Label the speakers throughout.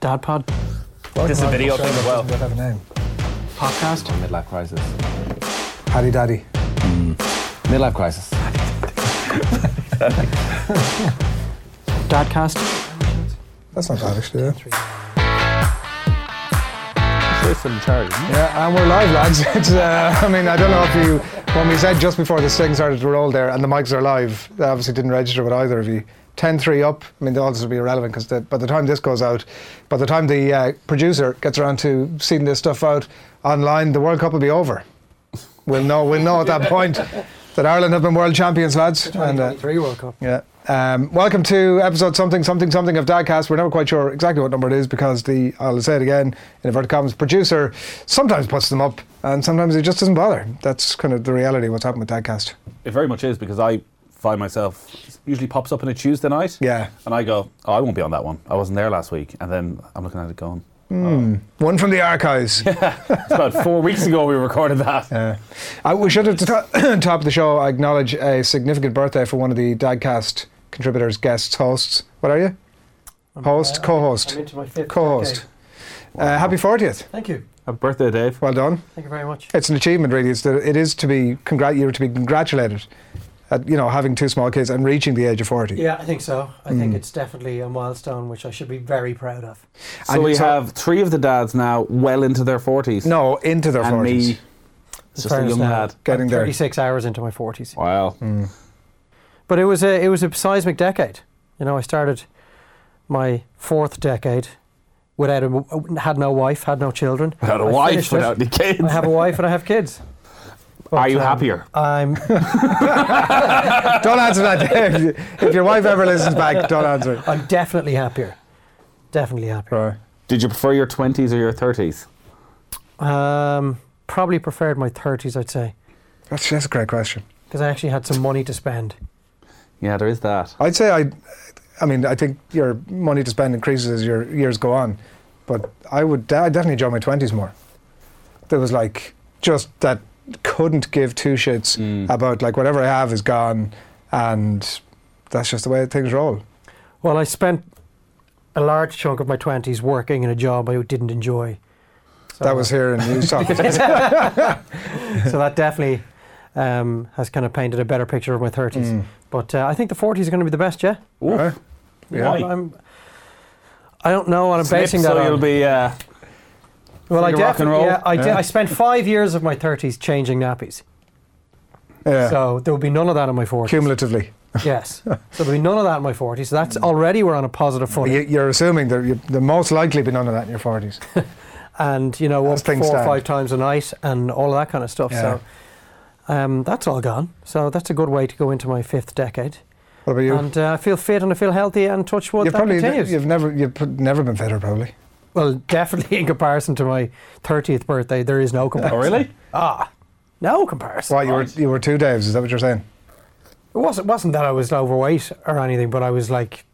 Speaker 1: Dad Pod
Speaker 2: This is a video thing as well.
Speaker 3: Does have a name?
Speaker 1: podcast.
Speaker 4: Midlife crisis.
Speaker 3: Paddy Daddy.
Speaker 4: Midlife crisis.
Speaker 1: Dadcast.
Speaker 3: That's not bad actually. Yeah.
Speaker 2: from Charlie.
Speaker 3: Yeah, and we're live, lads. It's, uh, I mean, I don't know if you, when we said just before this thing started to roll there and the mics are live, that obviously didn't register with either of you. 10 3 up, I mean, the odds will be irrelevant because by the time this goes out, by the time the uh, producer gets around to seeing this stuff out online, the World Cup will be over. We'll know, we'll know at that point that Ireland have been world champions, lads. And, uh,
Speaker 1: Three World Cup.
Speaker 3: yeah. Um, welcome to episode something, something, something of Dadcast. We're never quite sure exactly what number it is because the, I'll say it again, in inverted commas, producer sometimes puts them up and sometimes he just doesn't bother. That's kind of the reality of what's happened with Dadcast.
Speaker 2: It very much is because I find myself usually pops up on a Tuesday night.
Speaker 3: Yeah.
Speaker 2: And I go, oh, I won't be on that one. I wasn't there last week. And then I'm looking at it going,
Speaker 1: Hmm.
Speaker 3: Hmm.
Speaker 2: "Oh."
Speaker 3: One from the archives.
Speaker 2: it's about four weeks ago we recorded that.
Speaker 3: Uh, I, we should, at the to- top of the show, acknowledge a significant birthday for one of the Dadcast contributors, guests, hosts. What are you? Host, co host,
Speaker 1: uh, I'm into my fifth
Speaker 3: co host.
Speaker 1: decade.
Speaker 3: Uh, happy 40th.
Speaker 1: Thank you.
Speaker 2: Happy birthday, Dave.
Speaker 3: Well done.
Speaker 1: Thank you very much.
Speaker 3: It's an achievement, really. It's that it is to be congrat- you're to be congratulated at you know having two small kids and reaching the age of forty.
Speaker 1: Yeah, I think so. I
Speaker 2: Hmm.
Speaker 1: think it's definitely a milestone which I should be very proud of.
Speaker 2: So
Speaker 3: And
Speaker 2: we
Speaker 3: so-
Speaker 2: have three of the dads now well into their 40s.
Speaker 3: No, into their
Speaker 2: and
Speaker 3: forties.
Speaker 2: me, just a young lad.
Speaker 3: Getting
Speaker 1: I'm
Speaker 3: there.
Speaker 1: 36 hours into my 40s.
Speaker 2: Wow.
Speaker 1: But it was a it was a seismic decade. You know, I started my fourth decade without a had no wife, had no children.
Speaker 2: Without a
Speaker 1: I
Speaker 2: wife,
Speaker 1: finished it.
Speaker 2: without any kids.
Speaker 1: I have a wife and I have kids.
Speaker 2: Are you
Speaker 1: um,
Speaker 2: happier?
Speaker 1: I'm
Speaker 3: Don't answer that. Dave. if your wife ever listens back, don't answer.
Speaker 1: I'm definitely happier. Definitely happier.
Speaker 3: Right.
Speaker 2: Did you prefer your 20s or your 30s?
Speaker 1: Um, probably preferred my 30s, I'd say,
Speaker 3: That's, that's a great question.
Speaker 1: because I actually had some money to spend.
Speaker 2: Yeah, there is that.
Speaker 3: I'd say I, I mean, I think your money to spend increases as your years go on, but I would de- I definitely enjoy my twenties more. There was like just that couldn't give two shits
Speaker 1: Mm.
Speaker 2: Mm. Mm-hmm.
Speaker 3: about like whatever I have is gone, and that's just the way things roll.
Speaker 1: Well, I spent a large chunk of my 20s working in a job I didn't enjoy. So,
Speaker 3: That was here in Newstown.
Speaker 1: so that definitely um, has kind of painted a better picture of my 30s.
Speaker 3: Mm.
Speaker 1: But uh, I think the 40s are going to be the best, yeah?
Speaker 3: Huh? Yeah.
Speaker 2: Why?
Speaker 1: I'm, I don't know what I'm
Speaker 2: Snip,
Speaker 1: basing that
Speaker 2: so
Speaker 1: on.
Speaker 2: you'll be uh,
Speaker 1: well, I
Speaker 2: free to rock and
Speaker 1: definitely-
Speaker 2: roll.
Speaker 1: Yeah, I, did-
Speaker 3: Yeah.
Speaker 1: I spent five years of my 30s changing nappies.
Speaker 3: yeah.
Speaker 1: So there will be none of that in my 40s.
Speaker 3: Cumulatively,
Speaker 1: Yes. So there'll be none of that in my 40s. So
Speaker 3: Mm.
Speaker 1: that's already we're on a positive footing.
Speaker 3: you, you're assuming there, you, there most likely be none of that in your forties.
Speaker 1: And, you know, up
Speaker 3: As
Speaker 1: four
Speaker 3: things
Speaker 1: or
Speaker 3: stand.
Speaker 1: five times a night and all of that kind of stuff.
Speaker 3: Yeah.
Speaker 1: So um, that's all gone. So that's a good way to go into my fifth decade.
Speaker 3: What about you?
Speaker 1: And uh, I feel fit and I feel healthy and touch wood
Speaker 3: you've
Speaker 1: that
Speaker 3: probably
Speaker 1: continues.
Speaker 3: you've never you've pr- never been fitter probably.
Speaker 1: Well, definitely in comparison to my 30th birthday, there is no
Speaker 2: Oh,
Speaker 1: comparison.
Speaker 2: really?
Speaker 1: Ah, no comparison.
Speaker 3: Why you were
Speaker 2: Right.
Speaker 3: you were two Daves? Is that what you're saying?
Speaker 1: It wasn't, wasn't that I was overweight or anything, but I was like,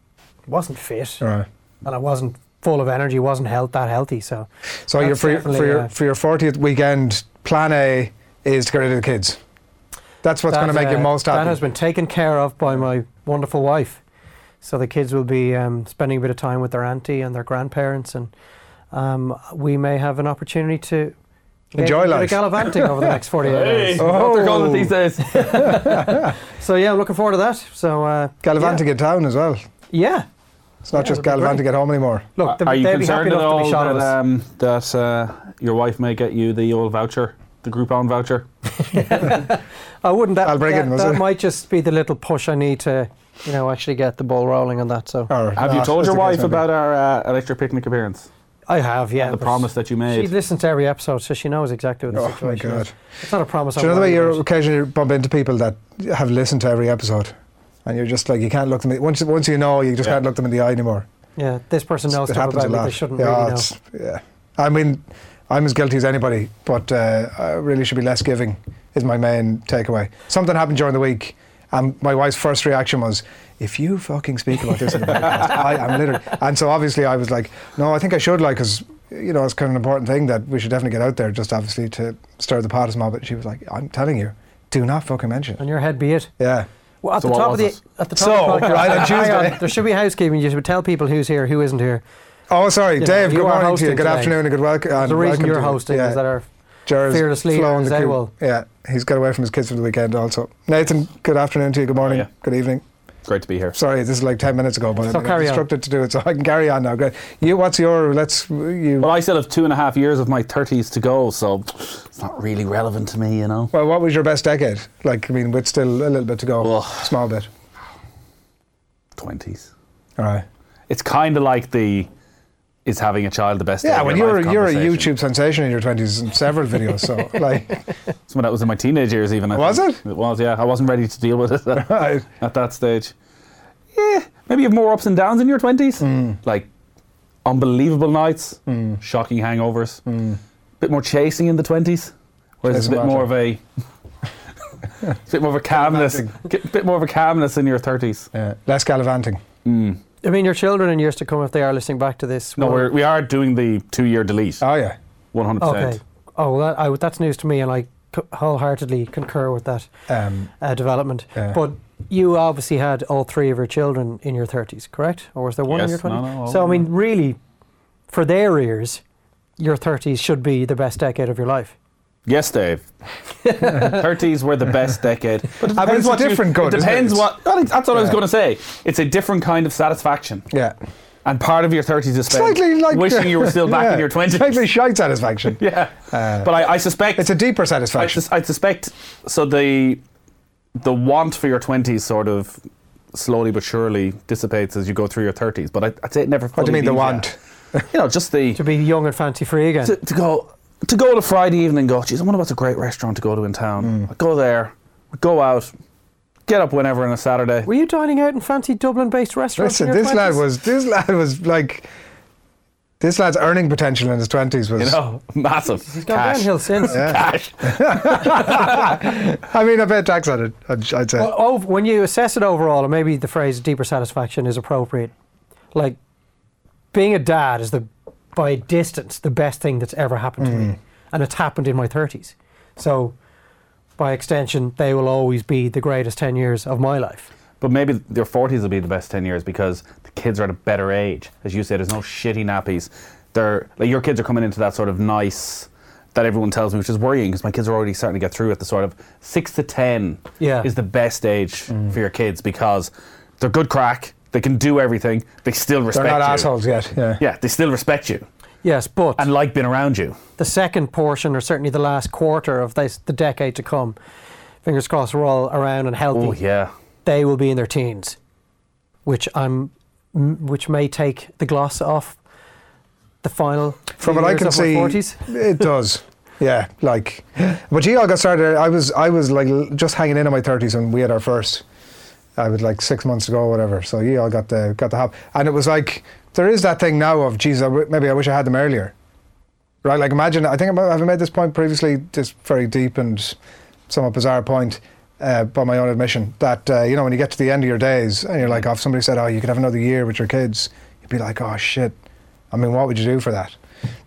Speaker 1: wasn't fit
Speaker 3: Right.
Speaker 1: and I wasn't full of energy, wasn't health, that healthy. So
Speaker 3: So
Speaker 1: That's
Speaker 3: your for, your- for
Speaker 1: definitely,
Speaker 3: your
Speaker 1: uh,
Speaker 3: for your fortieth weekend, plan A is to get rid of the kids. That's what's going to
Speaker 1: That,
Speaker 3: make you
Speaker 1: uh,
Speaker 3: most
Speaker 1: That has
Speaker 3: happy.
Speaker 1: been taken care of by my wonderful wife. So the kids will be um, spending a bit of time with their auntie and their grandparents, and um, we may have an opportunity to engage
Speaker 3: Enjoy
Speaker 1: in a bit of
Speaker 3: life.
Speaker 1: gallivanting over the next 48 hours.
Speaker 2: What they're calling it
Speaker 3: Oh.
Speaker 2: these days.
Speaker 1: So yeah, I'm looking forward to that. So uh,
Speaker 3: Gallivanting in town as well.
Speaker 1: Yeah. yeah.
Speaker 3: It's not
Speaker 1: Yeah, that'd
Speaker 3: just
Speaker 1: be
Speaker 3: gallivanting
Speaker 1: great.
Speaker 3: at home anymore.
Speaker 1: Look, they-
Speaker 2: Are you
Speaker 1: they'd be happy
Speaker 2: concerned at
Speaker 1: enough to be
Speaker 2: all
Speaker 1: shot
Speaker 2: that,
Speaker 1: at us.
Speaker 2: um, that uh, your wife may get you the old voucher, the Groupon voucher? uh,
Speaker 1: I wouldn't. That,
Speaker 3: I'll bring it
Speaker 1: that,
Speaker 3: in, was
Speaker 1: that
Speaker 3: it?
Speaker 1: might just be the little push I need to, you know, actually get the ball rolling on that. So
Speaker 3: Or
Speaker 2: Have you
Speaker 3: not,
Speaker 2: told
Speaker 3: as
Speaker 2: your
Speaker 3: the case
Speaker 2: wife
Speaker 3: may be.
Speaker 2: about our uh, electric picnic appearance?
Speaker 1: I have, yeah.
Speaker 2: The
Speaker 1: but
Speaker 2: promise that you
Speaker 1: She
Speaker 2: made.
Speaker 1: listens to every episode, so she knows exactly what the
Speaker 3: Oh, my
Speaker 1: situation
Speaker 3: God.
Speaker 1: is. It's not a promise.
Speaker 3: Do
Speaker 1: I'm
Speaker 3: you know the way
Speaker 1: worried
Speaker 3: you
Speaker 1: about.
Speaker 3: occasionally bump into people that have listened to every episode, and you're just like you can't look them. in- Once once you know, you just
Speaker 2: Yeah.
Speaker 3: can't look them in the eye anymore.
Speaker 1: Yeah, this person knows
Speaker 3: it
Speaker 1: stuff
Speaker 3: happens
Speaker 1: about
Speaker 3: a
Speaker 1: me
Speaker 3: lot.
Speaker 1: they shouldn't
Speaker 3: yeah,
Speaker 1: really know.
Speaker 3: it's- yeah. I mean, I'm as guilty as anybody, but uh, I really should be less giving. Is my main takeaway. Something happened during the week, and my wife's first reaction was, "If you fucking speak about this in the podcast, I am literally." And so obviously, I was like, "No, I think I should," like, because you know, it's kind of an important thing that we should definitely get out there, just obviously to stir the pot as well. But she was like, "I'm telling you, do not fucking mention it."
Speaker 1: On your head be it.
Speaker 3: Yeah.
Speaker 1: Well, at
Speaker 2: So
Speaker 1: the
Speaker 2: what
Speaker 1: top of
Speaker 2: was
Speaker 1: the
Speaker 2: it?
Speaker 1: at the top
Speaker 3: So,
Speaker 1: of the podcast,
Speaker 3: right, on
Speaker 1: hang
Speaker 3: Tuesday-
Speaker 1: there should be housekeeping. You should tell people who's here, who isn't here.
Speaker 3: Oh, sorry,
Speaker 1: know,
Speaker 3: Dave.
Speaker 1: you
Speaker 3: good
Speaker 1: are
Speaker 3: morning to you.
Speaker 1: hosting
Speaker 3: Good
Speaker 1: today.
Speaker 3: afternoon and good welcome.
Speaker 1: There's a reason you're hosting is that our fearless leader, Zeywal.
Speaker 3: Yeah, he's got away from his kids for the weekend. Also, Nathan. Good afternoon to you. Good morning.
Speaker 2: Oh, yeah.
Speaker 3: Good evening.
Speaker 2: Great to be here.
Speaker 3: Sorry, this is like ten minutes ago, but
Speaker 1: So
Speaker 3: I think I'm
Speaker 1: carry on.
Speaker 3: instructed to do it, so I can carry on now. Great. You, what's your? Let's you.
Speaker 2: Well, I still have two and a half years of my 30s to go, so it's not really relevant to me, you know.
Speaker 3: Well, what was your best decade? Like, I mean, with still a little bit to go,
Speaker 2: Well-
Speaker 3: small bit.
Speaker 2: 20s.
Speaker 3: All right.
Speaker 2: It's kind of like the is having a child the best day
Speaker 3: Yeah,
Speaker 2: of
Speaker 3: well,
Speaker 2: your
Speaker 3: you're
Speaker 2: life
Speaker 3: you're a
Speaker 2: conversation.
Speaker 3: YouTube sensation in your twenties in several videos. So, like,
Speaker 2: Some of that was in my teenage years, even. I
Speaker 3: Was
Speaker 2: think.
Speaker 3: it?
Speaker 2: It was, yeah. I wasn't ready to deal with it at,
Speaker 3: right.
Speaker 2: at that stage. Yeah, maybe you have more ups and downs in your 20s. Like unbelievable nights, shocking hangovers, bit more chasing in the 20s, whereas it's a
Speaker 3: Chasing
Speaker 2: bit more of a. it's a bit more of a calmness, a bit more of a calmness in your 30s.
Speaker 3: yeah, less gallivanting.
Speaker 1: I mean, your children in years to come, if they are listening back to this,
Speaker 2: Hmm. No,
Speaker 1: will-
Speaker 2: we're, we are doing the two-year delete,
Speaker 3: Oh yeah.
Speaker 2: 100%.
Speaker 1: okay. Oh, well, that, I, that's news to me, and I c- wholeheartedly concur with that
Speaker 3: Um,
Speaker 1: uh, development.
Speaker 3: Yeah.
Speaker 1: But you obviously had all three of your children in your thirties, correct? Or was there one in your
Speaker 2: Yes,
Speaker 1: twenties?
Speaker 2: no, no, all
Speaker 1: so I
Speaker 2: of
Speaker 1: mean, really, for their ears, your thirties should be the best decade of your life.
Speaker 2: Yes, Dave. 30s were the best decade. But it
Speaker 3: but it's a different
Speaker 2: you,
Speaker 3: good,
Speaker 2: It
Speaker 3: isn't it?
Speaker 2: depends
Speaker 3: It's-
Speaker 2: what. well, that's what I was
Speaker 3: Yeah.
Speaker 2: going to say. It's a different kind of satisfaction.
Speaker 3: yeah.
Speaker 2: And part of your 30s is spent
Speaker 3: Slightly like
Speaker 2: wishing you were still back
Speaker 3: yeah,
Speaker 2: in your 20s.
Speaker 3: Slightly shite satisfaction. Uh,
Speaker 2: Yeah. but I, I suspect.
Speaker 3: It's a deeper
Speaker 2: I,
Speaker 3: satisfaction.
Speaker 2: sus- I suspect. So the the want for your 20s sort of slowly but surely dissipates as you go through your 30s. But I, I'd say it never
Speaker 3: what do you mean the
Speaker 2: want?
Speaker 3: want?
Speaker 2: You know, just the.
Speaker 1: To be young and fancy free again.
Speaker 2: to, to go to go to Friday evening and go, geez, I wonder what's a great restaurant to go to in
Speaker 3: Mm.
Speaker 2: town. I'd Go there, I'd go out, get up whenever on a Saturday.
Speaker 1: Were you dining out in fancy Dublin-based restaurants? in
Speaker 3: Listen,
Speaker 1: your
Speaker 3: this lad
Speaker 1: 20s?
Speaker 3: was this lad was like this lad's earning potential in his twenties was.
Speaker 2: you know, massive
Speaker 1: gone
Speaker 2: cash.
Speaker 1: downhill since.
Speaker 2: Cash.
Speaker 3: I mean, I paid tax on it. I'd, I'd say.
Speaker 1: Well, ov- when you assess it overall, and maybe the phrase deeper satisfaction is appropriate, like being a dad is the, by distance, the best thing that's ever happened to
Speaker 3: Mm.
Speaker 1: me. And it's happened in my 30s. So, by extension, they will always be the greatest 10 years of my life.
Speaker 2: But maybe your 40s will be the best 10 years because the kids are at a better age. As you say, there's no shitty nappies. They're, like your kids are coming into that sort of nice that everyone tells me, which is worrying because my kids are already starting to get through at the sort of six to 10
Speaker 1: Yeah.
Speaker 2: is the best age
Speaker 3: Mm.
Speaker 2: for your kids because they're good crack, they can do everything, they still
Speaker 3: They're
Speaker 2: respect
Speaker 3: not
Speaker 2: you.
Speaker 3: assholes yet. Yeah.
Speaker 2: Yeah, they still respect you
Speaker 1: Yes, but
Speaker 2: and like being around you.
Speaker 1: the second portion, or certainly the last quarter of this, the decade to come, fingers crossed, we're all around and healthy.
Speaker 2: Oh, yeah.
Speaker 1: they will be in their teens, which I'm, m- which may take the gloss off the final.
Speaker 3: From
Speaker 1: few
Speaker 3: what I
Speaker 1: years
Speaker 3: can
Speaker 1: of my
Speaker 3: see,
Speaker 1: 40s.
Speaker 3: it does. Yeah, like, but you all got started. I was, I was like l- just hanging in on my thirties when we had our first. I was like six months ago, or whatever. So you all got the got the hop, and it was like there is that thing now of, geez, I w- maybe I wish I had them earlier, right? Like, imagine. I think I might- I've made this point previously, just very deep and somewhat bizarre point. Uh, by my own admission, that uh, you know, when you get to the end of your days and you're like, oh, if somebody said, "Oh, you could have another year with your kids," you'd be like, "Oh shit, I mean, what would you do for that?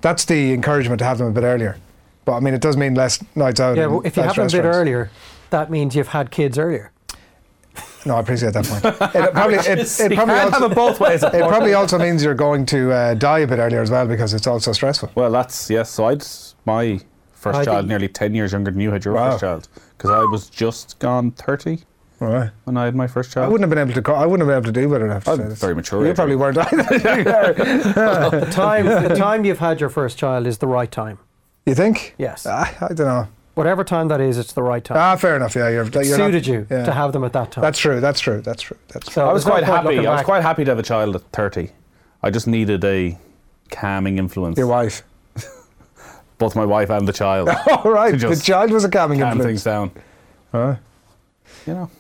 Speaker 3: That's the encouragement to have them a bit earlier. But I mean, it does mean less nights out.
Speaker 2: um,
Speaker 1: Yeah,
Speaker 3: and
Speaker 1: well, if you have
Speaker 3: less
Speaker 1: them a bit
Speaker 3: restaurants.
Speaker 1: earlier, that means you've had kids earlier.
Speaker 3: No, I appreciate that point. It probably, it, it probably,
Speaker 2: you can't
Speaker 3: also,
Speaker 2: have it both ways.
Speaker 3: it probably also means you're going to uh, die a bit earlier as well because it's also stressful.
Speaker 2: Well, that's yes. So I'd my first
Speaker 1: I
Speaker 2: child,
Speaker 1: think-
Speaker 2: nearly ten years younger than you had your
Speaker 3: Wow.
Speaker 2: first child, because I was just gone thirty
Speaker 3: All right.
Speaker 2: when I had my first
Speaker 3: I
Speaker 2: child.
Speaker 3: wouldn't have been able to. Co- I wouldn't have been able to do better. I have to
Speaker 2: I'm
Speaker 3: say this.
Speaker 2: very mature
Speaker 3: You
Speaker 2: age,
Speaker 3: probably weren't either.
Speaker 1: The time, the time you've had your first child is the right time.
Speaker 3: you think?
Speaker 1: Yes,
Speaker 3: Ah, I don't know.
Speaker 1: whatever time that is, it's the right time.
Speaker 3: Ah, fair enough. Yeah, you're, you're not-
Speaker 1: Suited you
Speaker 3: yeah.
Speaker 1: to have them at that time.
Speaker 3: That's true. That's true. That's true. That's true.
Speaker 1: so
Speaker 2: I was
Speaker 1: there's no
Speaker 2: quite
Speaker 1: point
Speaker 2: happy.
Speaker 1: looking
Speaker 2: I was
Speaker 1: back.
Speaker 2: quite happy to have a child at thirty. I just needed a calming influence.
Speaker 3: Your wife.
Speaker 2: Both my wife and the child
Speaker 3: All right. The
Speaker 2: just
Speaker 3: child was a calming
Speaker 2: calm
Speaker 3: influence.
Speaker 2: things down.
Speaker 3: Huh?
Speaker 2: You know,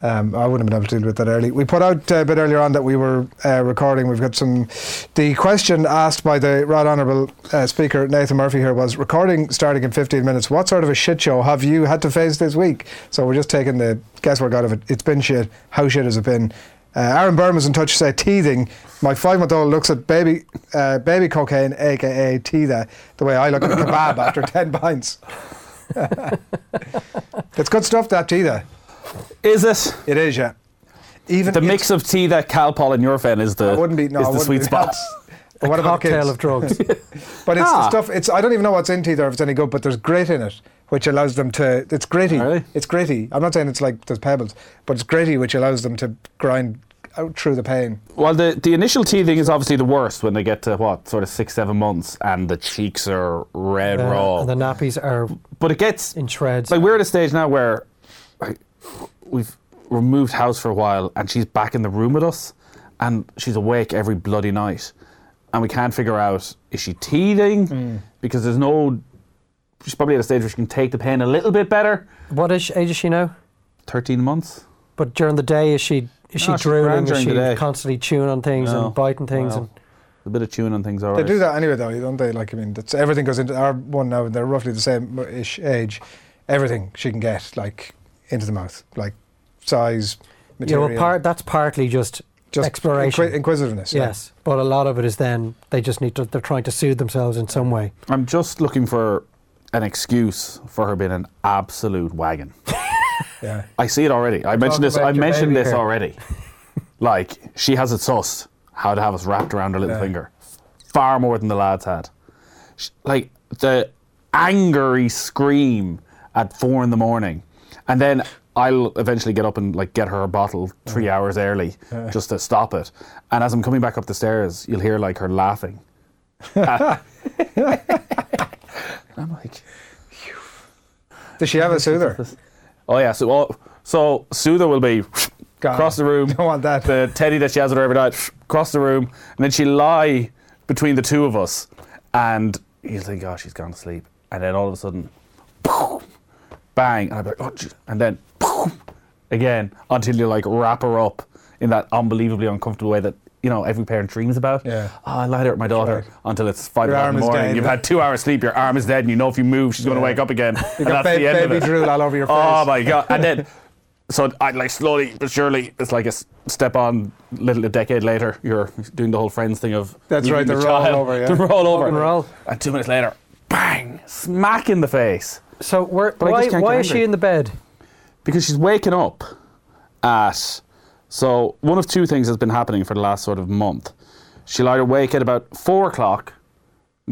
Speaker 3: Um, I wouldn't have been able to deal with that early. We put out uh, a bit earlier on that we were uh, recording. We've got some. The question asked by the Right Honourable uh, Speaker Nathan Murphy here was recording starting in 15 minutes. What sort of a shit show have you had to face this week? So we're just taking the guesswork out of it. It's been shit. How shit has it been? Uh, Aaron Burn was in touch to say teething. My five-month-old looks at baby uh, baby cocaine, aka teether, the way I look at a kebab after 10 pints. it's good stuff, that teether.
Speaker 2: is it
Speaker 3: It is, yeah. Even
Speaker 2: the
Speaker 3: it's-
Speaker 2: mix of tea that Calpol and Nurofen is the
Speaker 3: I wouldn't be. No,
Speaker 2: is
Speaker 3: I
Speaker 2: uh, the
Speaker 3: wouldn't
Speaker 2: sweet
Speaker 3: be-
Speaker 2: spot?
Speaker 3: that's- But what
Speaker 1: a
Speaker 3: about the
Speaker 1: cocktail
Speaker 3: kids?
Speaker 1: of drugs.
Speaker 3: But it's
Speaker 2: Ah.
Speaker 3: the stuff. It's I don't even know what's in teeth or if it's any good. But there's grit in it, which allows them to. It's gritty.
Speaker 2: Really?
Speaker 3: It's gritty. I'm not saying it's like there's pebbles, but it's gritty, which allows them to grind out through the pain.
Speaker 2: Well, the, the initial teething is obviously the worst when they get to what sort of six, seven months, and the cheeks are red
Speaker 1: Uh,
Speaker 2: raw.
Speaker 1: and the nappies are
Speaker 2: but it gets
Speaker 1: in shreds.
Speaker 2: like we're at a stage now where like, we've removed house for a while, and she's back in the room with us, and she's awake every bloody night, and we can't figure out is she teething
Speaker 3: Hmm.
Speaker 2: because there's no. She's probably at a stage where she can take the pain a little bit better.
Speaker 1: what is, age is she now?
Speaker 2: Thirteen months.
Speaker 1: But during the day, is she is she
Speaker 2: No, she's
Speaker 1: drooling?
Speaker 2: grand
Speaker 1: Is
Speaker 2: during the day.
Speaker 1: she constantly chewing on things
Speaker 2: No.
Speaker 1: and biting things?
Speaker 2: Wow.
Speaker 1: And
Speaker 2: A bit of chewing on things, alright.
Speaker 3: They do that anyway, though, don't they? Like I mean, that's, everything goes into our one now, and they're roughly the same ish age. Everything she can get like into the mouth, like size,
Speaker 1: you
Speaker 3: material,
Speaker 1: know, part that's partly just,
Speaker 3: just
Speaker 1: exploration.
Speaker 3: inqui- inquisitiveness. yeah.
Speaker 1: yes, but a lot of it is then they just need to. They're trying to soothe themselves in some way.
Speaker 2: I'm just looking for an excuse for her being an absolute wagon.
Speaker 3: yeah.
Speaker 2: I see it already. I
Speaker 3: Talk
Speaker 2: mentioned this.
Speaker 3: about
Speaker 2: I
Speaker 3: your
Speaker 2: mentioned
Speaker 3: baby
Speaker 2: this
Speaker 3: here.
Speaker 2: already. like she has it sussed how to have us wrapped around her little
Speaker 3: Yeah.
Speaker 2: finger, far more than the lads had. Sh like the angry scream at four in the morning, and then I'll eventually get up and like get her a bottle three hours early just to stop it. And as I'm coming back up the stairs, you'll hear like her laughing. I'm like.
Speaker 3: Does she have a soother?
Speaker 2: Oh yeah, so well, so Sudha will be
Speaker 3: God,
Speaker 2: across the room.
Speaker 3: don't want that.
Speaker 2: The uh, teddy that she has with her every night across the room, and then she lie between the two of us, and you think, oh, she's gone to sleep, and then all of a sudden, boom, bang, and I'm like, oh, jeez," and then boom, again until you like wrap her up in that unbelievably uncomfortable way that. You know, every parent dreams about.
Speaker 3: Yeah.
Speaker 2: Oh, I lied there with my daughter
Speaker 3: right.
Speaker 2: until it's five
Speaker 3: Your
Speaker 2: o'clock
Speaker 3: arm
Speaker 2: in the
Speaker 3: is
Speaker 2: morning.
Speaker 3: dead.
Speaker 2: You've had two hours sleep. Your arm is dead, and you know if you move, she's going to
Speaker 3: Yeah.
Speaker 2: wake up again.
Speaker 3: You
Speaker 2: and
Speaker 3: got
Speaker 2: that's
Speaker 3: ba-
Speaker 2: the end
Speaker 3: baby
Speaker 2: of it.
Speaker 3: drool all over your face.
Speaker 2: Oh my god! And then, so I like slowly but surely, it's like a s- step on. Little a decade later, you're doing the whole friends thing of
Speaker 3: That's
Speaker 2: leaving
Speaker 3: right, the roll
Speaker 2: child,
Speaker 3: over, yeah.
Speaker 2: the roll over,
Speaker 1: and roll.
Speaker 2: and two minutes later, bang, smack in the face
Speaker 1: So where,
Speaker 2: I
Speaker 1: why
Speaker 2: just can't
Speaker 1: why
Speaker 2: get
Speaker 1: is she
Speaker 2: angry.
Speaker 1: in the bed?
Speaker 2: because she's waking up at. So one of two things has been happening for the last sort of month. She'll either wake at about four o'clock,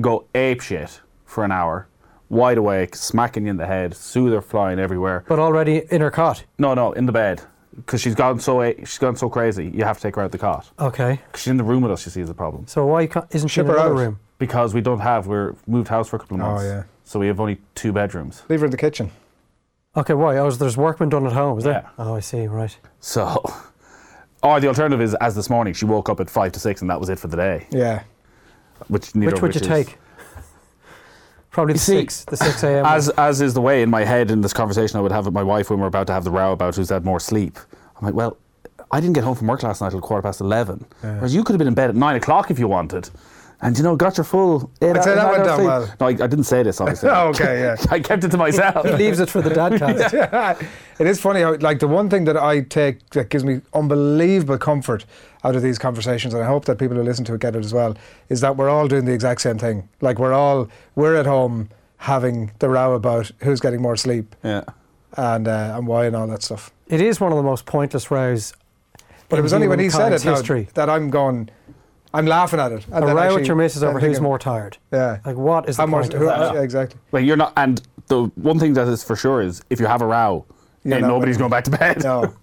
Speaker 2: go ape shit for an hour, wide awake, smacking you in the head, soother flying everywhere,
Speaker 1: But already in her cot.
Speaker 2: No, no, in the bed because she's gone so she's gone so crazy. You have to take her out the cot
Speaker 1: Okay.
Speaker 2: 'Cause she's in the room with us. You see, is the problem
Speaker 1: So why can't, isn't she
Speaker 3: Ship
Speaker 1: in
Speaker 3: her
Speaker 1: another
Speaker 3: out.
Speaker 1: room?
Speaker 2: because we don't have we're moved house for a couple of
Speaker 3: Oh,
Speaker 2: months.
Speaker 3: yeah.
Speaker 2: So we have only two bedrooms.
Speaker 3: Leave her in the kitchen.
Speaker 1: Okay, why? Oh, there's work been done at home, is there?
Speaker 2: Yeah.
Speaker 1: Oh, I see. Right.
Speaker 2: So, or the alternative is as this morning she woke up at five to six and that was it for the day.
Speaker 3: Yeah.
Speaker 2: Which neither
Speaker 1: Which
Speaker 2: of
Speaker 1: would you
Speaker 2: is-
Speaker 1: take? Probably the
Speaker 2: see,
Speaker 1: six, the six a.m.
Speaker 2: As as is the way in my head in this conversation I would have with my wife when we're about to have the row about who's had more sleep. I'm like, well, I didn't get home from work last night till quarter past eleven, whereas you could have been in bed at nine o'clock if you wanted, and you know got your full. Eight
Speaker 3: I'd say that
Speaker 2: hours- nine
Speaker 3: went
Speaker 2: hours
Speaker 3: down
Speaker 2: sleep. No, I, I didn't say this obviously.
Speaker 3: Oh, okay, yeah.
Speaker 2: I kept it to myself.
Speaker 1: he leaves it for the dad cast.
Speaker 3: it is funny how, like, the one thing that I take that gives me unbelievable comfort out of these conversations, and I hope that people who listen to it get it as well, is that we're all doing the exact same thing. Like, we're all, we're at home having the row about who's getting more sleep
Speaker 2: yeah.
Speaker 3: and, uh, and why and all that stuff.
Speaker 1: It is one of the most pointless rows.
Speaker 3: But it
Speaker 1: in
Speaker 3: was only when he said
Speaker 1: humankind's
Speaker 3: it now
Speaker 1: history.
Speaker 3: that I'm going, I'm laughing at it. And
Speaker 1: A
Speaker 3: then
Speaker 1: row
Speaker 3: actually-
Speaker 1: with your missus
Speaker 3: I'm
Speaker 1: over who's
Speaker 3: thinking,
Speaker 1: more tired.
Speaker 3: Yeah.
Speaker 1: Like, what is the
Speaker 3: How much?
Speaker 1: point? of
Speaker 3: Who,
Speaker 1: that?
Speaker 3: yeah, exactly.
Speaker 2: Like you're not, and the one thing that is for sure is if you have a row,
Speaker 3: You're
Speaker 2: then
Speaker 3: not
Speaker 2: nobody's
Speaker 3: winning.
Speaker 2: going back to bed.
Speaker 3: No,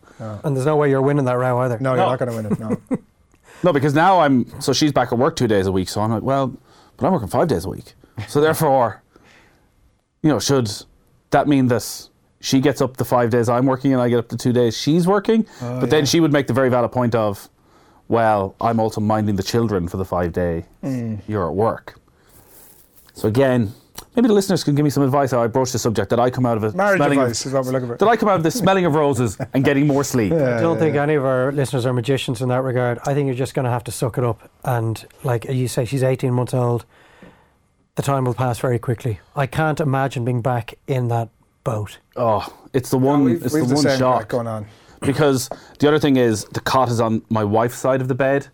Speaker 1: And there's no way you're winning that row either.
Speaker 3: no, you're
Speaker 2: No.
Speaker 3: not going to win it. No.
Speaker 2: No, because now I'm so she's back at work two days a week, so I'm like, well, but I'm working five days a week. So therefore, you know, should that mean that she gets up the five days I'm working and I get up the two days she's working?
Speaker 3: Oh,
Speaker 2: but then she would make the very valid point of, well, I'm also minding the children for the five day
Speaker 3: Eh.
Speaker 2: you're at work. So again, maybe the listeners can give me some advice how I broach the subject that I come out of it
Speaker 3: Marriage
Speaker 2: smelling
Speaker 3: advice is what we're looking
Speaker 2: Did
Speaker 3: for.
Speaker 2: I come out of the smelling of roses and getting more sleep?
Speaker 1: I don't
Speaker 3: Uh,
Speaker 1: think any of our listeners are magicians in that regard. I think you're just going to have to suck it up. And like you say, she's 18 months old. The time will pass very quickly. I can't imagine being back in that boat.
Speaker 2: Oh, it's the one.
Speaker 3: We've,
Speaker 2: it's
Speaker 3: we've
Speaker 2: the
Speaker 3: the
Speaker 2: one
Speaker 3: same
Speaker 2: shock.
Speaker 3: crack going on.
Speaker 2: because the other thing is the cot is on my wife's side of the bed,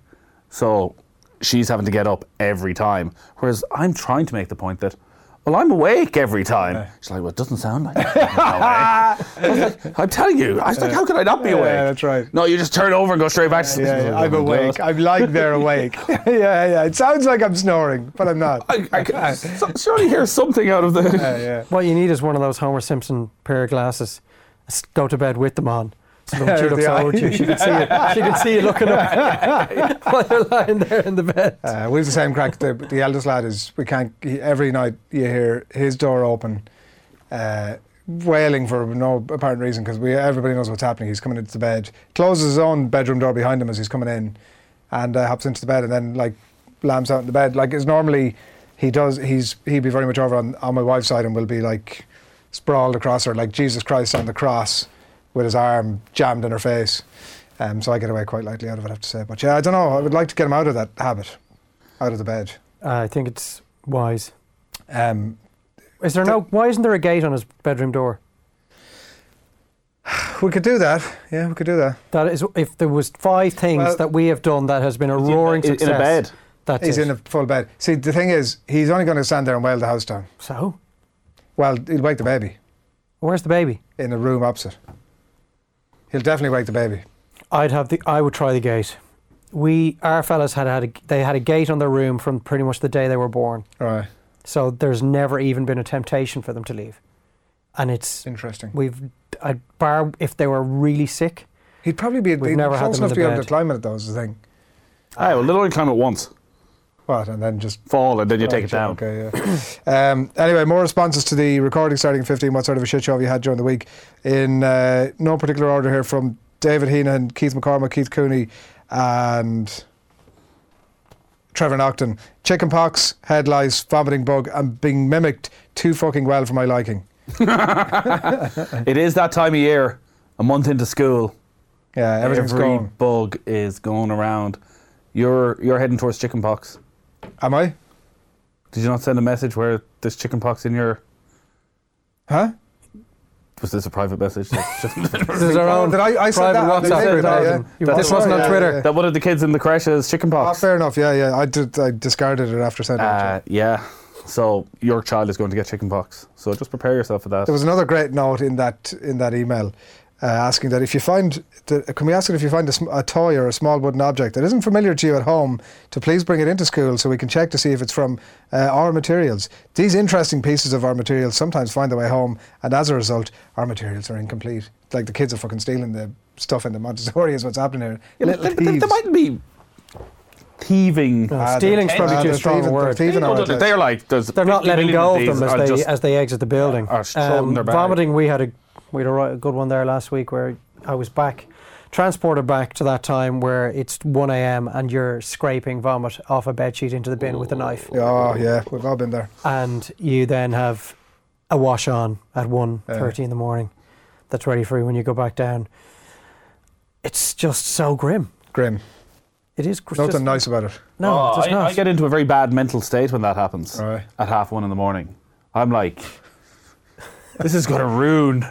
Speaker 2: so she's having to get up every time. Whereas I'm trying to make the point that well, I'm awake every time. She's like, well, it doesn't sound like that. I was like, I'm telling you. I was like, how could I not be
Speaker 3: Yeah,
Speaker 2: awake?
Speaker 3: that's right.
Speaker 2: No, you just turn over and go straight back to
Speaker 3: Yeah, yeah, I'm
Speaker 2: Oh my God.
Speaker 3: awake. I'm like they're awake. yeah, yeah. It sounds like I'm snoring, but I'm not.
Speaker 2: I, I could so, surely hear something out of the.
Speaker 3: Yeah, yeah.
Speaker 1: What you need is one of those Homer Simpson pair of glasses. S- Go to bed with them on. So
Speaker 3: Yeah,
Speaker 1: when she
Speaker 3: with
Speaker 1: looks
Speaker 3: the
Speaker 1: over at you,
Speaker 3: eye.
Speaker 1: she can see you. She can see you looking up while you're lying there in the bed.
Speaker 3: Uh, we have the same crack. The, the eldest lad is we can't. He, every night you hear his door open, uh, wailing for no apparent reason because we everybody knows what's happening. He's coming into the bed, closes his own bedroom door behind him as he's coming in, and uh, hops into the bed and then like lambs out in the bed. Like is normally he does. He's he'd be very much over on, on my wife's side and will be like sprawled across her like Jesus Christ on the cross with his arm jammed in her face. Um, so I get away quite lightly out of it, I have to say. But yeah, I don't know. I would like to get him out of that habit, out of the bed.
Speaker 1: I think it's wise.
Speaker 3: Um,
Speaker 1: Is there no? Why isn't there a gate on his bedroom door?
Speaker 3: we could do that. Yeah, we could do that.
Speaker 1: That is, if there was five things
Speaker 3: Well-
Speaker 1: that we have done that has been a roaring
Speaker 2: in,
Speaker 1: success.
Speaker 2: in a bed.
Speaker 1: That's
Speaker 3: he's
Speaker 1: it.
Speaker 3: in a full bed. See, the thing is, he's only going to stand there and wail the house down.
Speaker 1: so,
Speaker 3: Well, he'll wake the baby
Speaker 1: where's the baby?
Speaker 3: in a room opposite. He'll definitely wake the baby.
Speaker 1: I'd have the. I would try the gate. We, our fellas had had. A, they had a gate on their room from pretty much the day they were born.
Speaker 3: All right.
Speaker 1: So there's never even been a temptation for them to leave, and it's
Speaker 3: Interesting.
Speaker 1: we've. I bar if they were really sick.
Speaker 3: He'd probably be
Speaker 1: We've
Speaker 3: he'd
Speaker 1: never
Speaker 3: close
Speaker 1: had them in
Speaker 3: enough
Speaker 1: the
Speaker 3: to be able
Speaker 1: bed.
Speaker 3: to climb it, though, is the thing.
Speaker 2: Aye, well, little climb it once,
Speaker 3: What? And then just
Speaker 2: fall, and then you take it
Speaker 3: Oh,
Speaker 2: down.
Speaker 3: Okay, yeah. um, anyway, more responses to the recording starting at 15. What sort of a shit show have you had during the week? In uh, no particular order here from David Heenan, Keith McCormack, Keith Cooney, and Trevor Nocton. Chicken pox, head lice, vomiting bug, and being mimicked too fucking well for my liking.
Speaker 2: It is that time of year, a month into school.
Speaker 3: Yeah, everything's
Speaker 2: Every
Speaker 3: gone.
Speaker 2: bug is going around. You're you're heading towards chickenpox.
Speaker 3: Am I?
Speaker 2: Did you not send a message where there's chickenpox in your?
Speaker 3: Huh?
Speaker 2: Was this a private message?
Speaker 1: This is our
Speaker 3: Oh,
Speaker 1: own
Speaker 3: did I, I said
Speaker 1: private
Speaker 3: that. on the
Speaker 1: WhatsApp.
Speaker 3: paper,
Speaker 1: Said it
Speaker 3: yeah.
Speaker 1: on- you- this wasn't on
Speaker 3: Yeah,
Speaker 1: Twitter.
Speaker 3: yeah, yeah.
Speaker 2: that one of the kids in the crash has
Speaker 3: Ah,
Speaker 2: chickenpox.
Speaker 3: fair enough. Yeah, yeah. I did. I discarded it after sending it. to you.
Speaker 2: Uh, yeah. So your child is going to get chickenpox. So just prepare yourself for that.
Speaker 3: There was another great note in that in that email uh, asking that if you find, the, can we ask it if you find a, sm- a toy or a small wooden object that isn't familiar to you at home, to please bring it into school so we can check to see if it's from uh, our materials. These interesting pieces of our materials sometimes find their way home, and as a result, our materials are incomplete. Like the kids are fucking stealing the stuff in the Montessori is what's happening here.
Speaker 2: Yeah, but
Speaker 3: Little
Speaker 2: there, there,
Speaker 3: thieves.
Speaker 2: there might be thieving.
Speaker 1: No,
Speaker 3: Ah, they're-
Speaker 1: stealing's probably
Speaker 3: ah,
Speaker 1: too
Speaker 3: they're
Speaker 1: strong a
Speaker 3: thieving- they're
Speaker 1: word.
Speaker 3: thieving
Speaker 2: Well,
Speaker 3: our
Speaker 2: they're,
Speaker 3: ideas.
Speaker 2: they're like there's
Speaker 1: They're not
Speaker 2: 50
Speaker 1: letting
Speaker 2: million
Speaker 1: go of
Speaker 2: these
Speaker 1: them as
Speaker 2: are
Speaker 1: they
Speaker 2: just-
Speaker 1: as they exit the building. Um,
Speaker 2: are strolling their bag.
Speaker 1: vomiting. We had a we had a ri- a good one there last week where I was back transported back to that time where it's 1 a.m. and you're scraping vomit off a bed sheet into the bin with a knife,
Speaker 3: Oh yeah, we've all been there.
Speaker 1: and you then have a wash on at 1:30 in the morning. That's ready for you when you go back down. It's just so grim.
Speaker 3: Grim.
Speaker 1: It is. gr-
Speaker 3: Nothing
Speaker 1: just-
Speaker 3: nice about it.
Speaker 1: No,
Speaker 2: Oh,
Speaker 1: there's
Speaker 2: I,
Speaker 1: not.
Speaker 2: I get into a very bad mental state when that happens
Speaker 3: All right.
Speaker 2: at half one in the morning. I'm like, this is going to ruin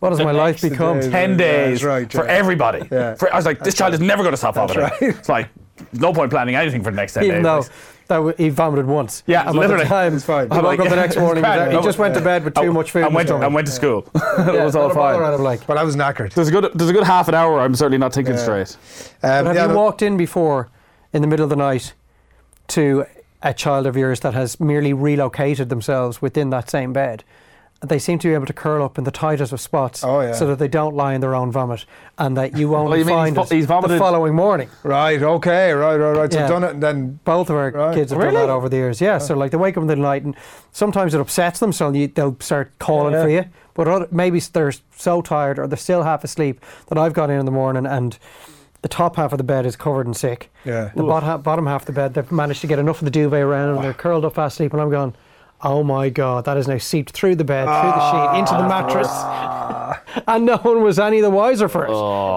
Speaker 1: what has my life
Speaker 3: the
Speaker 1: become?
Speaker 3: day.
Speaker 2: ten
Speaker 3: Yeah,
Speaker 2: days
Speaker 3: that's right,
Speaker 2: for
Speaker 3: yeah.
Speaker 2: everybody.
Speaker 3: Yeah.
Speaker 2: For, I was like, this child is never going to stop vomiting.
Speaker 3: right.
Speaker 2: It's like, no point planning anything for the next ten
Speaker 1: Even
Speaker 2: days.
Speaker 1: though that w- he vomited once.
Speaker 2: Yeah,
Speaker 1: and by
Speaker 2: literally.
Speaker 1: The time
Speaker 3: It's fine.
Speaker 1: He
Speaker 2: I'm
Speaker 1: woke
Speaker 2: like,
Speaker 1: up the next
Speaker 2: it's
Speaker 1: morning.
Speaker 2: grand.
Speaker 1: with that- He just went to bed with too
Speaker 2: I-
Speaker 1: much food.
Speaker 2: I went,
Speaker 1: and
Speaker 2: I went to school. it was all fine.
Speaker 1: like,
Speaker 3: But I was knackered.
Speaker 2: There's a good, there's a good half an hour. I'm certainly not thinking
Speaker 3: Yeah.
Speaker 2: straight.
Speaker 3: Um,
Speaker 1: have
Speaker 3: yeah,
Speaker 1: you
Speaker 3: no-
Speaker 1: walked in before, in the middle of the night, to a child of yours that has merely relocated themselves within that same bed? They seem to be able to curl up in the tightest of spots,
Speaker 3: Oh, yeah.
Speaker 1: so that they don't lie in their own vomit, and that you only
Speaker 2: you mean he's
Speaker 1: find
Speaker 2: vo-
Speaker 1: it
Speaker 2: he's
Speaker 1: the
Speaker 2: vomited-
Speaker 1: following morning.
Speaker 3: Right, okay, right, right, right. So
Speaker 1: Yeah.
Speaker 3: done it and then
Speaker 1: Both of our
Speaker 3: Right.
Speaker 1: kids have
Speaker 2: Really?
Speaker 1: done that over the years. Yeah, so like they wake up in the night and sometimes it upsets them, so you, they'll start calling
Speaker 3: Yeah.
Speaker 1: for you. But other, maybe they're so tired or they're still half asleep that I've gone in in the morning and the top half of the bed is covered in sick.
Speaker 3: Yeah.
Speaker 1: The bot- ha- bottom half of the bed, they've managed to get enough of the duvet around and they're curled up fast asleep. And I'm going, oh my God, that is now seeped through the bed, through the sheet, into the mattress.
Speaker 3: Ah.
Speaker 1: and no one was any the wiser for it.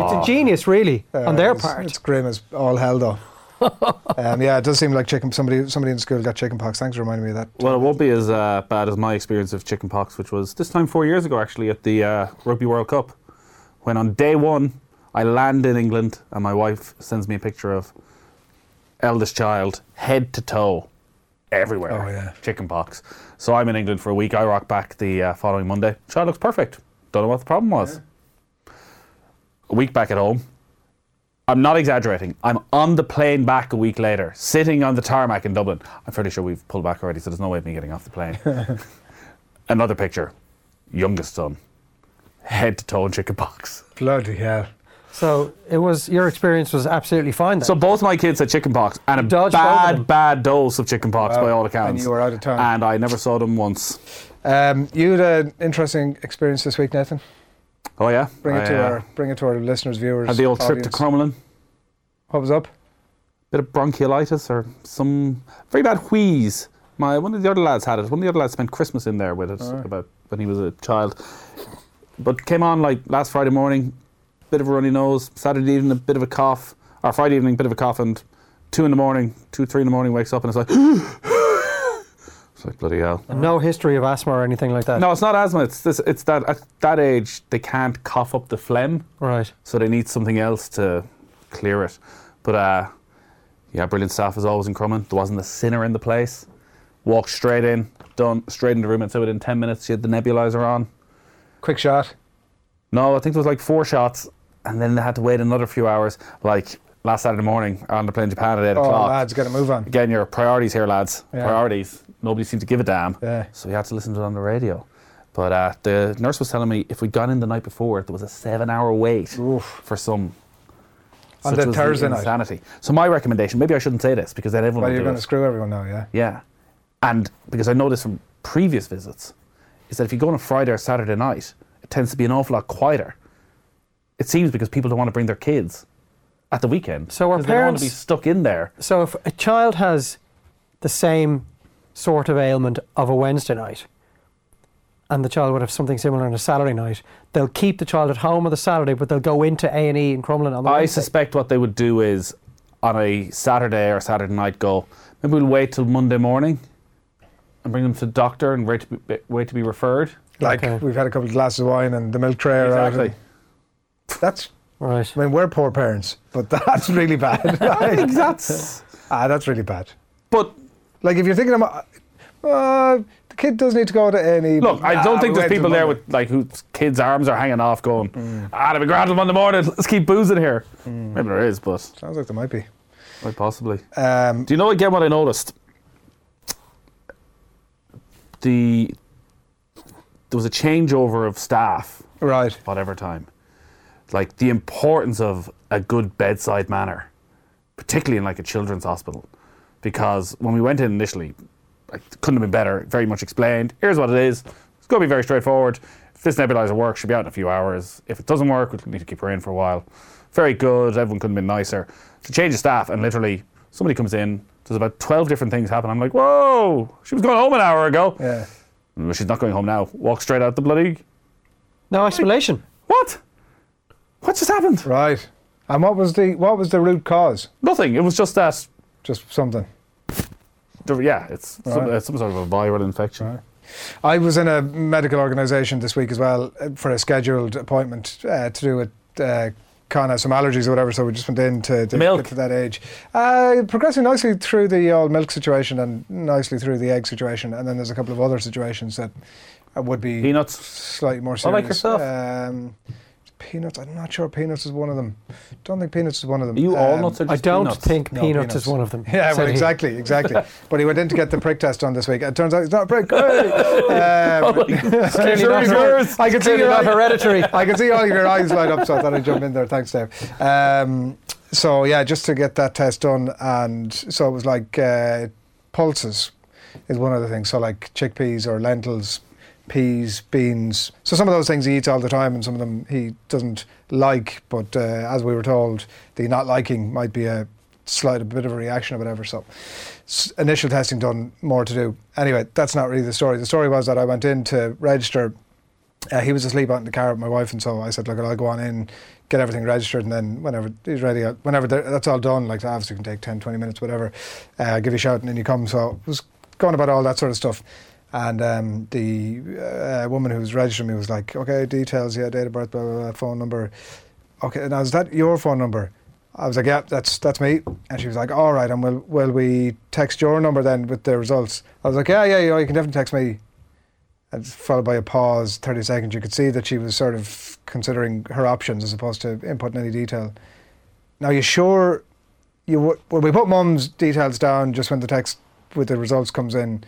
Speaker 1: It's a genius, really, on their
Speaker 3: Uh, it's,
Speaker 1: part.
Speaker 3: It's grim as all hell, though. um, yeah, it does seem like chicken. Somebody, somebody in school got chicken pox. Thanks for reminding me of that.
Speaker 2: Well, it won't be as uh, bad as my experience of chickenpox, which was this time four years ago, actually, at the uh, Rugby World Cup, when on day one I land in England, and my wife sends me a picture of eldest child head to toe everywhere.
Speaker 3: Oh, yeah.
Speaker 2: Chicken pox. So I'm in England for a week. I rock back the uh, following Monday. Child looks perfect. Don't know what the problem was. A week back at home. I'm not exaggerating. I'm on the plane back a week later, sitting on the tarmac in Dublin. I'm fairly sure we've pulled back already, so there's no way of me getting off the plane. Another picture. Youngest son. Head to toe in chicken pox.
Speaker 3: Bloody hell.
Speaker 1: So it was your experience was absolutely fine. Then.
Speaker 2: So both my kids had chickenpox and a
Speaker 1: dodged over them.
Speaker 2: bad, bad dose of chickenpox by all accounts.
Speaker 3: and you were out of town.
Speaker 2: And I never saw them once.
Speaker 3: Um, you had an interesting experience this week, Nathan.
Speaker 2: Oh yeah,
Speaker 3: Bring it
Speaker 2: I,
Speaker 3: to
Speaker 2: uh,
Speaker 3: our bring it to our listeners, viewers.
Speaker 2: Had the old trip to
Speaker 3: audience.
Speaker 2: Crumlin.
Speaker 3: What was up?
Speaker 2: Bit of bronchiolitis or some very bad wheeze. My one of the other lads had it. One of the other lads spent Christmas in there with it about when he was a child. But came on like last Friday morning, bit of a runny nose. Saturday evening, a bit of a cough. Or Friday evening, bit of a cough, and two in the morning, two three in the morning, wakes up and it's like, it's like bloody hell.
Speaker 1: no history of asthma or anything like that.
Speaker 2: No, it's not asthma. It's this. It's that at that age they can't cough up the phlegm,
Speaker 1: Right.
Speaker 2: so they need something else to clear it. But uh, yeah, brilliant staff as always in Crumlin. There wasn't a sinner in the place. Walked straight in, done straight in the room, and so within ten minutes she had the nebulizer on.
Speaker 3: Quick shot.
Speaker 2: No, I think there was like four shots, and then they had to wait another few hours. Like last Saturday morning on the plane to Japan at eight
Speaker 3: Oh,
Speaker 2: o'clock.
Speaker 3: lads, got to move on.
Speaker 2: Again, your priorities here, lads.
Speaker 3: Yeah.
Speaker 2: Priorities. Nobody seemed to give a damn.
Speaker 3: Yeah.
Speaker 2: So we had to listen to it on the radio. But uh, the nurse was telling me if we'd gone in the night before, there was a seven-hour wait
Speaker 3: Oof.
Speaker 2: for some.
Speaker 3: On
Speaker 2: such
Speaker 3: the
Speaker 2: was
Speaker 3: Thursday night.
Speaker 2: insanity. So my recommendation, maybe I shouldn't say this because then everyone
Speaker 3: Well,
Speaker 2: will
Speaker 3: you're
Speaker 2: do
Speaker 3: going to
Speaker 2: it.
Speaker 3: screw everyone now, yeah.
Speaker 2: Yeah, and because I know this from previous visits, is that if you go on a Friday or Saturday night, it tends to be an awful lot quieter. It seems because people don't want to bring their kids at the weekend.
Speaker 1: So our
Speaker 2: 'cause they don't want to be
Speaker 1: parents-
Speaker 2: stuck in there.
Speaker 1: So if a child has the same sort of ailment of a Wednesday night, and the child would have something similar on a Saturday night, they'll keep the child at home on the Saturday, but they'll go into A and E in Crumlin on the
Speaker 2: I
Speaker 1: Wednesday.
Speaker 2: suspect what they would do is on a Saturday or Saturday night go, maybe we'll wait till Monday morning and bring them to the doctor and wait to be, wait to be referred.
Speaker 3: Like,
Speaker 1: Okay.
Speaker 3: we've had a couple of glasses of wine and the milk tray are out. and- That's,
Speaker 1: right.
Speaker 3: I mean, we're poor parents, but that's really bad.
Speaker 2: I think that's.
Speaker 3: ah, that's really bad.
Speaker 2: But
Speaker 3: Like, if you're thinking about, uh, the kid does need to go to A&E.
Speaker 2: look, I don't
Speaker 3: Ah,
Speaker 2: think
Speaker 3: we
Speaker 2: there's
Speaker 3: wait till
Speaker 2: people there
Speaker 3: Monday. Mm.
Speaker 2: with like whose kids' arms are hanging off going, ah, to be grand on Monday morning, let's keep boozing here. Maybe there is, but
Speaker 3: Sounds like there Mm. might be.
Speaker 2: quite possibly.
Speaker 3: Um,
Speaker 2: Do you know again what I noticed? The there was a changeover of staff
Speaker 3: right.
Speaker 2: whatever time. Like the importance of a good bedside manner, particularly in like a children's hospital, because when we went in initially, like couldn't have been better. Very much explained. Here's what it is. It's going to be very straightforward. If this nebulizer works, she'll be out in a few hours. If it doesn't work, we'll need to keep her in for a while. Very good. Everyone couldn't have been nicer. She changes staff, and literally somebody comes in. There's about twelve different things happen. I'm like, whoa! She was going home an hour ago.
Speaker 3: Yeah.
Speaker 2: "Well, She's not going home now. Walk straight out the bloody
Speaker 1: No explanation.
Speaker 2: what? What just happened?
Speaker 3: Right. And what was the what was the root cause?
Speaker 2: Nothing. It was just that.
Speaker 3: Just something.
Speaker 2: there- Yeah, it's some,
Speaker 3: Right.
Speaker 2: it's some sort of a viral infection.
Speaker 3: I was in a medical organisation this week as well uh, for a scheduled appointment uh, to do with uh, Con has some allergies or whatever, so we just went in to, to
Speaker 2: Milk.
Speaker 3: get to that age. Uh, progressing nicely through the old milk situation and nicely through the egg situation, and then there's a couple of other situations that uh, would be
Speaker 2: Peanuts.
Speaker 3: slightly more
Speaker 2: I
Speaker 3: serious.
Speaker 2: like yourself.
Speaker 3: Um, peanuts. I'm not sure peanuts is one of them. Don't think peanuts is one of them.
Speaker 2: Are you all
Speaker 3: Um,
Speaker 2: nuts? Or
Speaker 1: I
Speaker 2: just
Speaker 1: don't
Speaker 2: peanuts?
Speaker 1: think
Speaker 3: No,
Speaker 1: peanuts,
Speaker 3: peanuts.
Speaker 1: is one of them.
Speaker 3: Yeah, well,
Speaker 1: said he.
Speaker 3: exactly, exactly. but he went in to get the prick test on this week. It turns out it's not a prick. Hey! Um,
Speaker 1: Oh, Clearly
Speaker 3: Sure
Speaker 1: not
Speaker 3: he's
Speaker 1: her-
Speaker 3: worse. I can see
Speaker 1: clearly
Speaker 3: your
Speaker 1: not
Speaker 3: eye-
Speaker 1: hereditary.
Speaker 3: I can see all of your eyes light up, so I thought I'd jump in there. Thanks, Dave. Um, so yeah, just to get that test done, and so it was like uh, pulses is one of the things. So like chickpeas or lentils, peas, beans. So some of those things he eats all the time, and some of them he doesn't like. But uh, as we were told, the not liking might be a slight a bit of a reaction or whatever. So s- initial testing done, more to do. Anyway, that's not really the story. The story was that I went in to register uh, he was asleep out in the car with my wife, and so I said, "Look, I'll go on in, get everything registered, and then whenever he's ready, I'll- whenever th- that's all done, like obviously it can take 10, 20 minutes, whatever, uh, give you a shout, and then you come." So I was going about all that sort of stuff, and um, the uh, woman who was registering me was like, "Okay, details, yeah, date of birth, blah blah, blah phone number." Okay, now is that your phone number? I was like, yeah, that's that's me. And she was like, all right, and will will we text your number then with the results? I was like, yeah, yeah, yeah, you can definitely text me. And it's followed by a pause, thirty seconds. You could see that she was sort of considering her options as opposed to inputting any detail. Now, you sure you would? Well, we put mum's details down just when the text with the results comes in.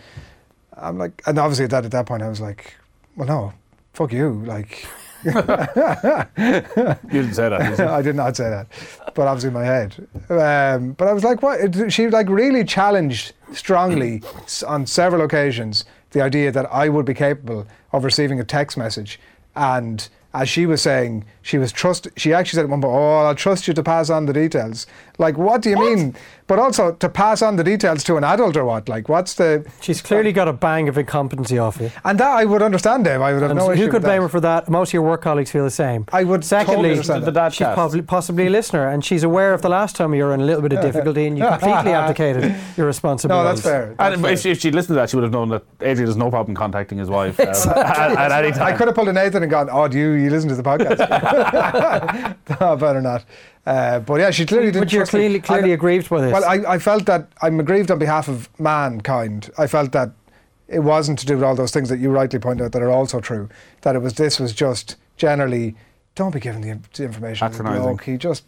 Speaker 3: I'm like, and obviously at that at that point, I was like, well, no, fuck you, like.
Speaker 2: You didn't say that. did you?
Speaker 3: I did not say that, but obviously in my head. Um, but I was like, what? It- She like really challenged strongly s- on several occasions the idea that I would be capable of receiving a text message, and as she was saying, she was trust. She actually said at one point, "Oh, I'll trust you to pass on the details." Like, what do you mean? But also to pass on the details to an adult or what? Like, what's the?
Speaker 1: She's clearly got a bang of incompetency off you.
Speaker 3: And that I would understand, Dave. I would have
Speaker 1: And
Speaker 3: no issue.
Speaker 1: who could
Speaker 3: with
Speaker 1: blame
Speaker 3: that.
Speaker 1: her for that? Most of your work colleagues feel the same.
Speaker 3: I would totally
Speaker 1: Secondly,
Speaker 3: understand
Speaker 2: The dad
Speaker 1: she's
Speaker 2: cast.
Speaker 1: probably, possibly a listener, and she's aware of the last time you were in a little bit of difficulty, and you completely abdicated your
Speaker 3: No,
Speaker 1: responsibility.
Speaker 3: that's fair. That's
Speaker 2: And
Speaker 3: fair.
Speaker 2: if, she- if she'd listened to that, she would have known that Adrian has no problem contacting his wife um, at, at any time.
Speaker 3: I could have pulled a Nathan and gone, "Oh, do you, you listen to the podcast?" no, better not. Uh, but yeah, she clearly didn't.
Speaker 1: But you're
Speaker 3: trust me.
Speaker 1: clearly, clearly
Speaker 3: I-
Speaker 1: aggrieved by this.
Speaker 3: Well, I, I felt that I'm aggrieved on behalf of mankind. I felt that it wasn't to do with all those things that you rightly point out that are also true. That it was this was just generally don't be giving the, the information. to the
Speaker 2: Patronising.
Speaker 3: bloke. He just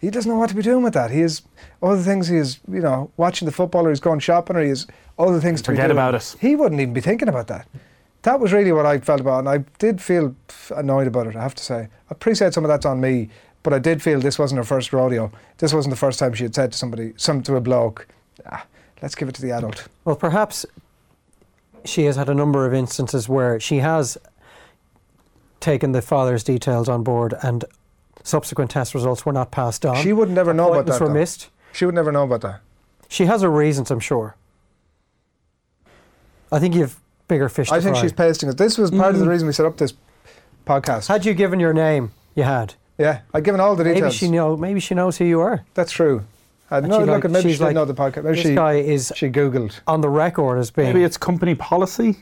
Speaker 3: he doesn't know what to be doing with that. He is other things. He is you know watching the football or he's going shopping or he is other things to be
Speaker 2: Forget
Speaker 3: doing.
Speaker 2: about it.
Speaker 3: He wouldn't even be thinking about that. That was really what I felt about, it, and I did feel pff, annoyed about it. I have to say, I appreciate some of that's on me, but I did feel this wasn't her first rodeo. This wasn't the first time she had said to somebody, some to a bloke, ah, "Let's give it to the adult."
Speaker 1: Well, perhaps she has had a number of instances where she has taken the father's details on board and subsequent test results were not passed on.
Speaker 3: She would never know about
Speaker 1: Um, Appointments
Speaker 3: that.
Speaker 1: were
Speaker 3: though.
Speaker 1: missed.
Speaker 3: She would never know about that.
Speaker 1: She has her reasons, I'm sure. I think you've bigger fish to
Speaker 3: I think
Speaker 1: fry.
Speaker 3: she's pasting it. This was part of the reason we set up this podcast.
Speaker 1: Mm. Had you given your name, you had.
Speaker 3: yeah, I'd given all the details.
Speaker 1: Maybe she know. Maybe she knows who you are.
Speaker 3: That's true. I
Speaker 1: And she
Speaker 3: no, look,
Speaker 1: like-
Speaker 3: maybe she
Speaker 1: she's
Speaker 3: didn't
Speaker 1: like,
Speaker 3: know the podcast. Maybe
Speaker 1: this
Speaker 3: she
Speaker 1: guy is
Speaker 3: she googled.
Speaker 1: on the record as being.
Speaker 2: Maybe it's company policy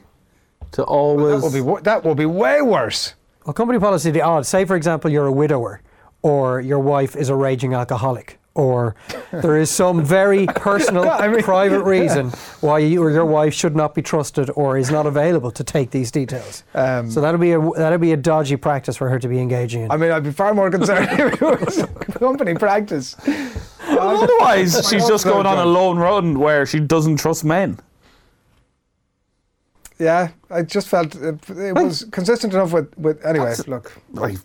Speaker 2: to
Speaker 3: That
Speaker 2: always.
Speaker 3: would be wo- that would be way worse.
Speaker 1: Well, company policy the odds. Say, for example, you're a widower, or your wife is a raging alcoholic, or there is some very personal, private reason why you or your wife should not be trusted or is not available to take these details.
Speaker 3: Um,
Speaker 1: so that'll be a that'll be a dodgy practice for her to be engaging in.
Speaker 3: I mean, I'd be far more concerned if it was company practice.
Speaker 2: Otherwise,
Speaker 3: My
Speaker 2: she's just
Speaker 3: own
Speaker 2: going on a
Speaker 3: job.
Speaker 2: lone run where she doesn't trust men.
Speaker 3: Yeah, I just felt it, it was consistent enough with, with anyway,
Speaker 2: That's-
Speaker 3: look.
Speaker 2: Like,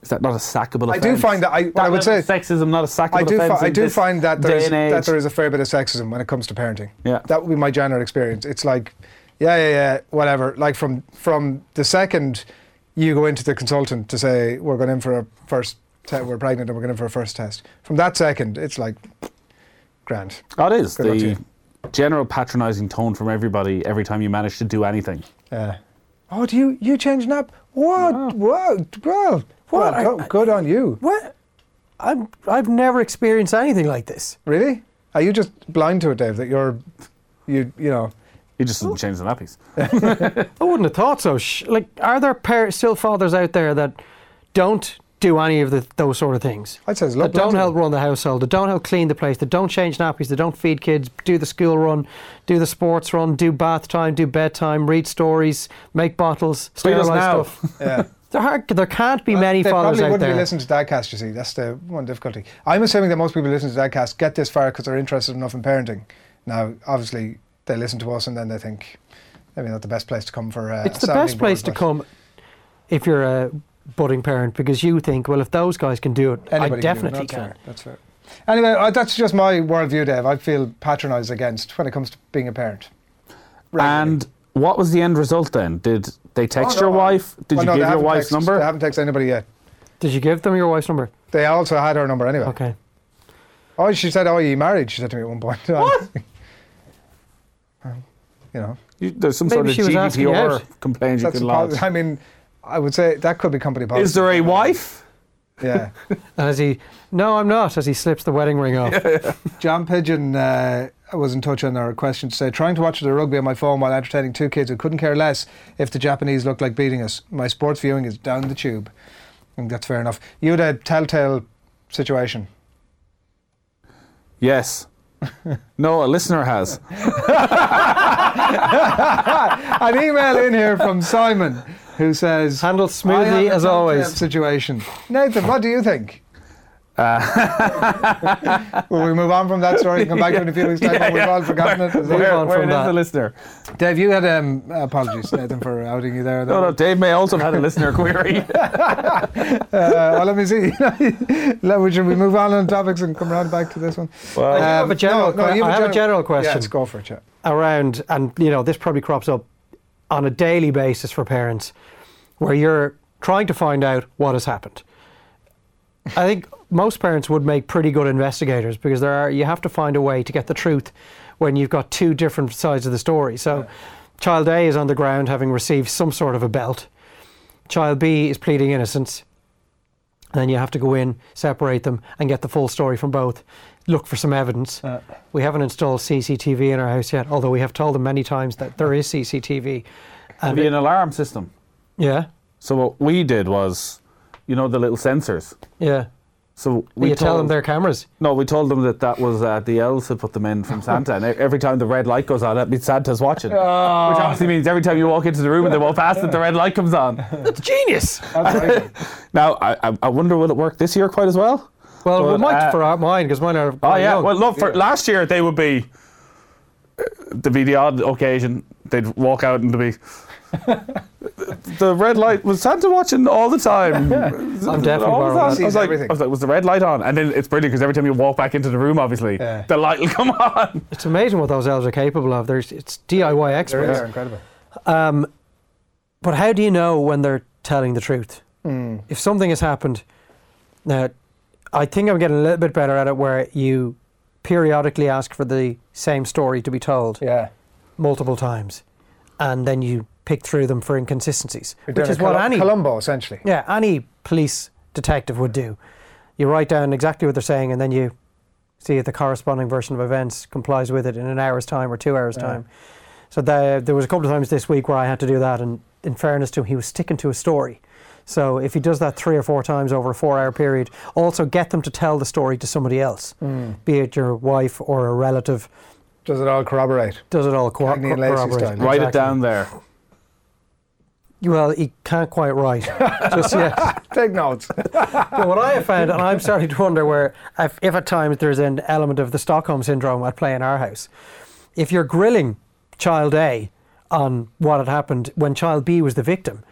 Speaker 2: is that not a sackable
Speaker 3: I
Speaker 2: offence?
Speaker 3: do find that I, I would
Speaker 2: level
Speaker 3: say
Speaker 2: of sexism not a sackable
Speaker 3: I do fi-
Speaker 2: offence.
Speaker 3: I
Speaker 2: in
Speaker 3: do
Speaker 2: this
Speaker 3: find that there
Speaker 2: day
Speaker 3: is
Speaker 2: and age.
Speaker 3: that there is a fair bit of sexism when it comes to parenting.
Speaker 2: Yeah.
Speaker 3: That would be my general experience. It's like yeah, yeah, yeah, whatever. Like from from the second you go into the consultant to say we're going in for a first te- we're pregnant and we're going in for a first test. From that second, it's like grand.
Speaker 2: That is
Speaker 3: Good luck to
Speaker 2: the
Speaker 3: you.
Speaker 2: general patronising tone from everybody every time you manage to do anything.
Speaker 3: Yeah. Oh, do you you change nap? What? Wow, well,
Speaker 1: Well, I-
Speaker 3: well, go- good on you.
Speaker 1: what? I'm, I've never experienced anything like this.
Speaker 3: Really? Are you just blind to it, Dave? That you're, you you know,
Speaker 2: You just didn't change the nappies.
Speaker 1: I wouldn't have thought so. Sh- Like, are there par- still fathers out there that don't do any of the, those sort of things?
Speaker 3: I'd say there's a lot
Speaker 1: that don't
Speaker 3: blind to
Speaker 1: help
Speaker 3: it.
Speaker 1: run the household, that don't help clean the place, that don't change nappies, that don't feed kids, do the school run, do the sports run, do bath time, do bedtime, read stories, make bottles,
Speaker 2: Tweet us
Speaker 1: sterilize
Speaker 2: now.
Speaker 1: stuff.
Speaker 3: Yeah.
Speaker 1: There, are, there can't be many
Speaker 3: Uh, they
Speaker 1: fathers
Speaker 3: probably
Speaker 1: out
Speaker 3: wouldn't
Speaker 1: there.
Speaker 3: be listening to Dadcast. You see, that's the one difficulty. I'm assuming that most people who listen to Dadcast get this far because they're interested enough in parenting. Now, obviously, they listen to us and then they think maybe not the best place to come for. Uh,
Speaker 1: It's
Speaker 3: a
Speaker 1: the
Speaker 3: sounding
Speaker 1: best place to
Speaker 3: board, but
Speaker 1: come if you're a budding parent because you think, well, if those guys can do it, I
Speaker 3: Anybody
Speaker 1: definitely
Speaker 3: can. do it.
Speaker 1: can.
Speaker 3: That's fair. That's fair. Anyway, uh, that's just my worldview, Dave. I feel patronised against when it comes to being a parent. Regularly.
Speaker 2: And what was the end result then? Did they text
Speaker 3: Oh, no,
Speaker 2: your
Speaker 3: I-
Speaker 2: wife? Did
Speaker 3: Well,
Speaker 2: you
Speaker 3: no, they
Speaker 2: give your
Speaker 3: haven't
Speaker 2: wife's
Speaker 3: texted-
Speaker 2: number?
Speaker 3: They haven't texted anybody yet.
Speaker 1: Did you give them your wife's number?
Speaker 3: They also had her number anyway.
Speaker 1: Okay.
Speaker 3: Oh, she said, "Oh, you married?" She said to me at one point. What? you know,
Speaker 2: You- there's some
Speaker 1: Maybe
Speaker 2: sort of
Speaker 1: she was asking
Speaker 2: GDPR
Speaker 1: out.
Speaker 2: complaint you
Speaker 3: that's
Speaker 2: can
Speaker 3: a pos-
Speaker 2: lodge.
Speaker 3: I mean, I would say that could be company policy.
Speaker 2: Is there a wife?
Speaker 3: Yeah,
Speaker 1: And as he, no, I'm not, as he slips the wedding ring off.
Speaker 3: John Pigeon uh, was in touch on our question to say, trying to watch the rugby on my phone while entertaining two kids who couldn't care less if the Japanese looked like beating us. My sports viewing is down the tube. I think that's fair enough. You had a telltale situation.
Speaker 2: Yes. no, a listener has.
Speaker 3: An email in here from Simon who says,
Speaker 1: Handled
Speaker 3: "I have
Speaker 1: smoothly
Speaker 3: a
Speaker 1: as
Speaker 3: telltale
Speaker 1: always.
Speaker 3: Situation. Nathan, what do you think? Will we move on from that story and come back to it in a few weeks' time when we've all forgotten it? Is
Speaker 1: Move
Speaker 2: Where,
Speaker 3: it?
Speaker 1: on
Speaker 2: where
Speaker 1: from
Speaker 2: is
Speaker 1: that.
Speaker 2: the listener?
Speaker 3: Dave, you had um, apologies, Nathan, for outing you there.
Speaker 2: No, no, Dave may also have had a listener query.
Speaker 3: Uh, well, let me see. Let- we- Should we move on on topics and come round back to this one?
Speaker 2: Well- I do
Speaker 3: Um,
Speaker 1: have a general que- I have a general
Speaker 3: Yeah,
Speaker 1: question.
Speaker 3: let's go for it, yeah.
Speaker 1: around, and you know, this probably crops up on a daily basis for parents, where you're trying to find out what has happened. I think most parents would make pretty good investigators because there are you have to find a way to get the truth when you've got two different sides of the story. So, child A is on the ground having received some sort of a belt. Child B is pleading innocence. Then you have to go in, separate them, and get the full story from both. Look for some evidence. We haven't installed CCTV in our house yet, although we have told them many times that there is CCTV.
Speaker 2: It'd be an alarm system.
Speaker 1: Yeah,
Speaker 2: So what we did was, you know, the little sensors.
Speaker 1: yeah.
Speaker 2: So
Speaker 1: We
Speaker 2: we
Speaker 1: you
Speaker 2: told,
Speaker 1: tell them they're cameras.
Speaker 2: No, we told them that that was uh, the elves who put them in from Santa, and e- every time the red light goes on, that means Santa's watching. Which obviously means every time you walk into the room and they walk past it, the red light comes on.
Speaker 1: That's genius.
Speaker 3: That's very good.
Speaker 2: Now, I, I- I wonder will it work this year quite as well?
Speaker 1: Well,
Speaker 2: But,
Speaker 1: we might
Speaker 2: uh,
Speaker 1: for our, mine because mine are.
Speaker 2: Oh
Speaker 1: quite
Speaker 2: yeah.
Speaker 1: young.
Speaker 2: Well, look. For last year, they would be. uh, There'd be the odd occasion they'd walk out and there'd be. the red light was Santa watching all the time.
Speaker 1: I'm definitely
Speaker 2: All
Speaker 1: borrowing
Speaker 2: the time.
Speaker 1: that.
Speaker 2: I was, like,
Speaker 3: Everything.
Speaker 2: I was like, was the red light on? And then it's brilliant because every time you walk back into the room, obviously
Speaker 3: Yeah.
Speaker 2: the light will come on.
Speaker 1: it's amazing what those elves are capable of. There's it's DIY
Speaker 3: They're,
Speaker 1: experts.
Speaker 3: they're incredible.
Speaker 1: Um, but how do you know when they're telling the truth?
Speaker 3: Mm.
Speaker 1: If something has happened, now I think I'm getting a little bit better at it, where you periodically ask for the same story to be told
Speaker 3: Yeah.
Speaker 1: multiple times, and then you pick through them for inconsistencies,
Speaker 3: You're
Speaker 1: which
Speaker 3: doing
Speaker 1: is
Speaker 3: a
Speaker 1: what
Speaker 3: Colum-
Speaker 1: any
Speaker 3: Columbo, essentially.
Speaker 1: yeah any police detective would do. You write down exactly what they're saying, and then you see if the corresponding version of events complies with it in an hour's time or two hours' time. So there, there was a couple of times this week where I had to do that, and in fairness to him, he was sticking to a story. So if he does that three or four times over a four-hour period, also get them to tell the story to somebody else, be it your wife or a relative.
Speaker 3: Hmm. Does it all corroborate?
Speaker 1: Does it all co-
Speaker 3: Cagney and Lacey
Speaker 1: corroborate?
Speaker 3: style.
Speaker 2: Write it
Speaker 1: Exactly.
Speaker 2: down there.
Speaker 1: Well, he can't quite write just yet.
Speaker 3: Take notes.
Speaker 1: But what I have found, and I'm starting to wonder where, if, if at times there's an element of the Stockholm syndrome at play in our house, if you're grilling child A on what had happened when child B was the victim,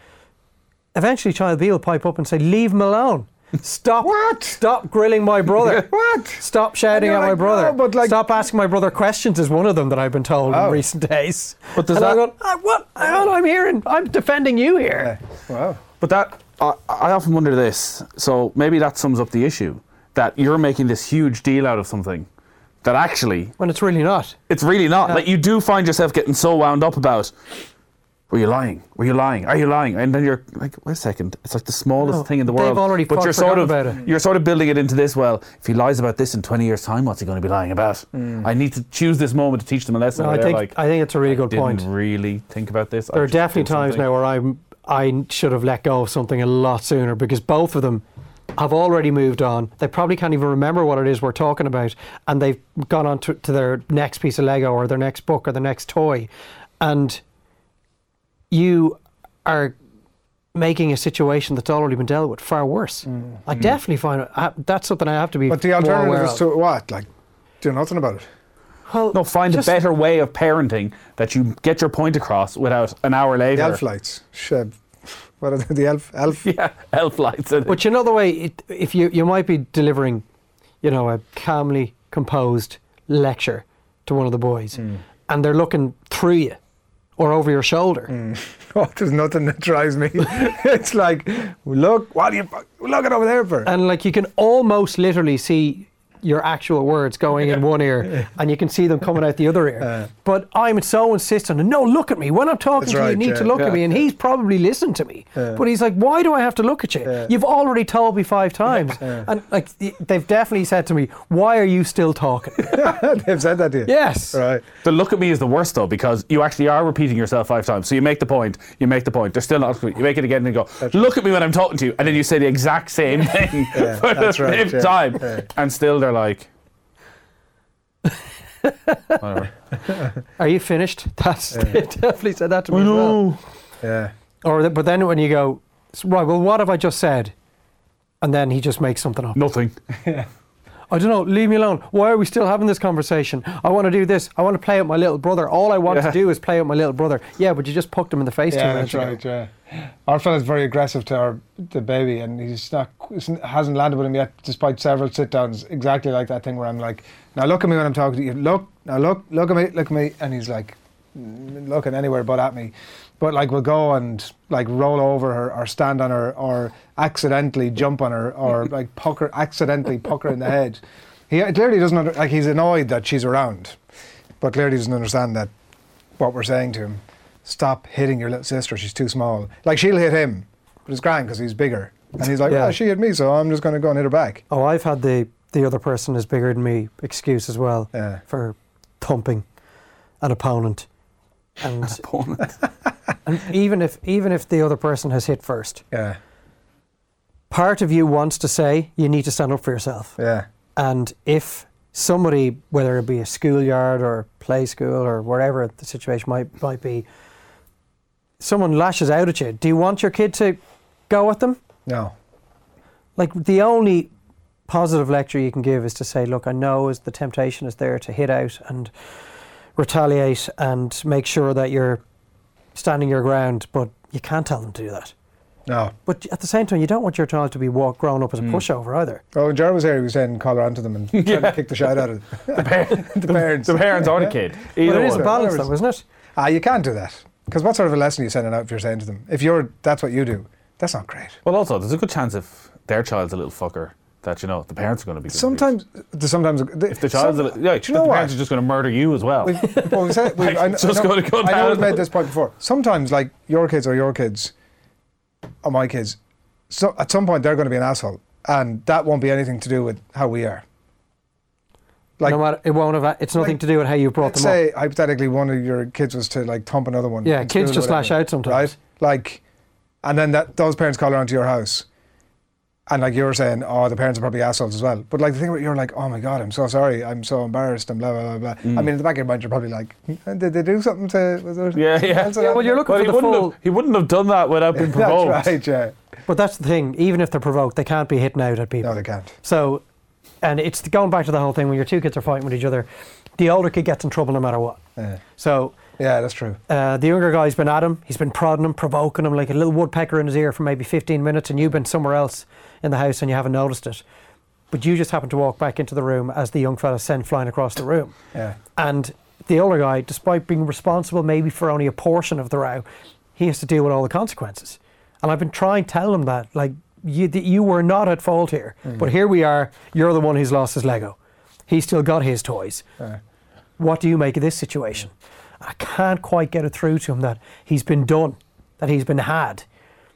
Speaker 1: eventually child B will pipe up and say, "Leave him alone. Stop.
Speaker 3: What?
Speaker 1: Stop grilling my brother.
Speaker 3: What?
Speaker 1: Stop shouting
Speaker 3: And
Speaker 1: at
Speaker 3: you're
Speaker 1: my
Speaker 3: like,
Speaker 1: brother.
Speaker 3: "No, but like-
Speaker 1: Stop asking my brother questions." Is one of them that I've been told
Speaker 3: Oh.
Speaker 1: in recent days.
Speaker 2: But does
Speaker 1: and I'm
Speaker 2: that-
Speaker 1: going, "I- what? I don't know, I'm hearing. I'm defending you here.
Speaker 3: wow.
Speaker 2: But that I, I often wonder this. So maybe that sums up the issue that you're making this huge deal out of something that actually
Speaker 1: When it's really not.
Speaker 2: It's really not. Like you do find yourself getting so wound up about. Were you lying? Were you lying? Are you lying? And then you're like, wait a second. It's like the smallest
Speaker 1: No,
Speaker 2: thing in the
Speaker 1: they've
Speaker 2: world.
Speaker 1: already
Speaker 2: but
Speaker 1: fought-
Speaker 2: you're sort
Speaker 1: forgotten
Speaker 2: of
Speaker 1: about it.
Speaker 2: you're sort of building it into this. Well, if he lies about this in 20 years' time, what's he going to be lying about? I need to choose this moment to teach them a lesson.
Speaker 1: Hmm. No,
Speaker 2: where
Speaker 1: I
Speaker 2: they're
Speaker 1: think
Speaker 2: like,
Speaker 1: I think it's a really good
Speaker 2: didn't
Speaker 1: point.
Speaker 2: really think about this.
Speaker 1: There are definitely times now where I'm I should have let go of something a lot sooner because both of them have already moved on. They probably can't even remember what it is we're talking about, and they've gone on to, to their next piece of Lego or their next book or their next toy, and you are making a situation that's already been dealt with far worse. I definitely find it, I, that's something I have to be.
Speaker 3: Mm. But the
Speaker 1: more aware
Speaker 3: alternative is
Speaker 1: of.
Speaker 3: to what? Like, do nothing about it.
Speaker 1: Well,
Speaker 2: No, find
Speaker 1: just-
Speaker 2: a better way of parenting that you get your point across without an hour
Speaker 3: The
Speaker 2: later.
Speaker 3: elf lights. Shit. What are they? The elf? Elf?
Speaker 2: Yeah, elf lights. and-
Speaker 1: But you know the way it, if you you might be delivering, you know, a calmly composed lecture to one of the boys,
Speaker 3: Hmm.
Speaker 1: and they're looking through you or over your shoulder.
Speaker 3: Oh, there's nothing that drives me. it's like, look, what are you fu- look at over there for?
Speaker 1: and like you can almost literally see your actual words going in one ear and you can see them coming out the other ear but i'm so insistent and no look at me when i'm talking
Speaker 3: Uh. That's
Speaker 1: to you you
Speaker 3: right,
Speaker 1: need
Speaker 3: yeah,
Speaker 1: to look at
Speaker 3: yeah.
Speaker 1: me and he's probably listened to me but he's like why do i have to look at you you've already told me five times and like they've definitely said to me why are you still talking
Speaker 3: They've said that to you.
Speaker 1: yes
Speaker 3: Right.
Speaker 2: The look at me is the worst though because you actually are repeating yourself five times. So you make the point, you make the point. They're still not. You make it again and you go, look at me when I'm talking to you, and then you say the exact same thing for the
Speaker 3: that's right,
Speaker 2: fifth
Speaker 3: yeah,
Speaker 2: time,
Speaker 3: yeah.
Speaker 2: and still they're like, Whatever.
Speaker 1: Are you finished? That's they definitely said that to me. as well.
Speaker 3: Yeah.
Speaker 1: Or th- but then when you go "S- right, well, what have I just said? And then he just makes something up.
Speaker 2: Nothing.
Speaker 1: I don't know. Leave me alone. Why are we still having this conversation? I want to do this. I want to play with my little brother. All I want
Speaker 2: Yeah.
Speaker 1: to do is play with my little brother. Yeah, but you just poked him in the face. two
Speaker 3: Yeah,
Speaker 1: minutes
Speaker 3: that's
Speaker 1: ago.
Speaker 3: right. Yeah, our fella's very aggressive to our the baby, and he's not hasn't landed with him yet, despite several sit downs. Exactly like that thing where I'm like, now look at me when I'm talking to you. Look now, look, look at me, look at me, and he's like mm, looking anywhere but at me. But like we'll go and like roll over her or stand on her or accidentally jump on her or like pucker accidentally pucker in the head. He uh, clearly doesn't under, like he's annoyed that she's around, but clearly doesn't understand that what we're saying to him. Stop hitting your little sister. She's too small. Like she'll hit him, but it's grand because he's bigger. And he's like,
Speaker 1: Yeah.
Speaker 3: well, she hit me, so I'm just going to go and hit her back.
Speaker 1: Oh, I've had the the other person is bigger than me excuse as well
Speaker 3: Yeah.
Speaker 1: for thumping an opponent, and
Speaker 2: Opponent.
Speaker 1: and even if even if the other person has hit first,
Speaker 3: Yeah,
Speaker 1: part of you wants to say you need to stand up for yourself.
Speaker 3: yeah,
Speaker 1: And if somebody, whether it be a schoolyard or play school or wherever the situation might might be, someone lashes out at you, do you want your kid to go at them?
Speaker 3: no.
Speaker 1: Like the only positive lecture you can give is to say, look, I know is the temptation is there to hit out and retaliate and make sure that you're standing your ground, but you can't tell them to do that.
Speaker 3: No.
Speaker 1: But at the same time, you don't want your child to be walk, grown up as a pushover either.
Speaker 3: Oh, when Jared was here, he was saying collar onto them and trying
Speaker 2: Yeah.
Speaker 3: to kick the shit out of them.
Speaker 2: the, par-
Speaker 3: the parents.
Speaker 2: the parents or the kid. Either
Speaker 1: But it is a
Speaker 2: one.
Speaker 1: balance,
Speaker 3: Whatever.
Speaker 1: though, isn't it?
Speaker 3: Ah, you can't do that. Because what sort of a lesson are you sending out if you're saying to them, if you're, that's what you do, that's not great.
Speaker 2: Well, also, there's a good chance if their child's a little fucker that you know the parents are going to be. good
Speaker 3: Sometimes, sometimes.
Speaker 2: if the child's a little, yeah,
Speaker 3: do you know
Speaker 2: the
Speaker 3: what?
Speaker 2: parents are just going to murder you as well.
Speaker 3: We've, well, we said, we've, I, kn-
Speaker 2: Just
Speaker 3: I know,
Speaker 2: gotta go
Speaker 3: I know
Speaker 2: down.
Speaker 3: we've made this point before. Sometimes, like your kids or your kids or my kids, so at some point they're going to be an asshole, and that won't be anything to do with how we are. Like,
Speaker 1: no matter, it won't have. a- It's nothing
Speaker 3: like,
Speaker 1: to do with how you brought
Speaker 3: let's
Speaker 1: them up.
Speaker 3: say hypothetically one of your kids was to like thump another one.
Speaker 1: Yeah,
Speaker 3: in
Speaker 1: kids
Speaker 3: school or
Speaker 1: just lash
Speaker 3: whatever,
Speaker 1: out sometimes.
Speaker 3: right? Like, and then that those parents call around to your house. And like you were saying, oh, the parents are probably assholes as well. But like the thing where you're like, oh my god, I'm so sorry, I'm so embarrassed, and blah blah blah blah.
Speaker 2: Mm.
Speaker 3: I mean, in the back of your mind, you're probably like, did they do something to? Was there
Speaker 2: Yeah, yeah.
Speaker 3: something
Speaker 1: Yeah, well, you're looking
Speaker 2: Well,
Speaker 1: for
Speaker 2: he
Speaker 1: the
Speaker 2: wouldn't,
Speaker 1: full.
Speaker 2: have, he wouldn't have done that without being provoked.
Speaker 3: That's right, yeah.
Speaker 1: But that's the thing. Even if they're provoked, they can't be hitting out at people.
Speaker 3: No, they can't.
Speaker 1: So, and it's going back to the whole thing when your two kids are fighting with each other, the older kid gets in trouble no matter what.
Speaker 3: Yeah,
Speaker 1: So
Speaker 3: yeah that's true.
Speaker 1: uh, the younger guy's been at him. He's been prodding him, provoking him like a little woodpecker in his ear for maybe 15 minutes, and you've been somewhere else in the house and you haven't noticed it. But you just happen to walk back into the room as the young fella sent flying across the room.
Speaker 3: Yeah.
Speaker 1: And the older guy, despite being responsible maybe for only a portion of the row, he has to deal with all the consequences. And I've been trying to tell him that, like, you, that you were not at fault here. But here we are, you're the one who's lost his Lego. He's still got his toys. What do you make of this situation? I can't quite get it through to him that he's been done, that he's been had,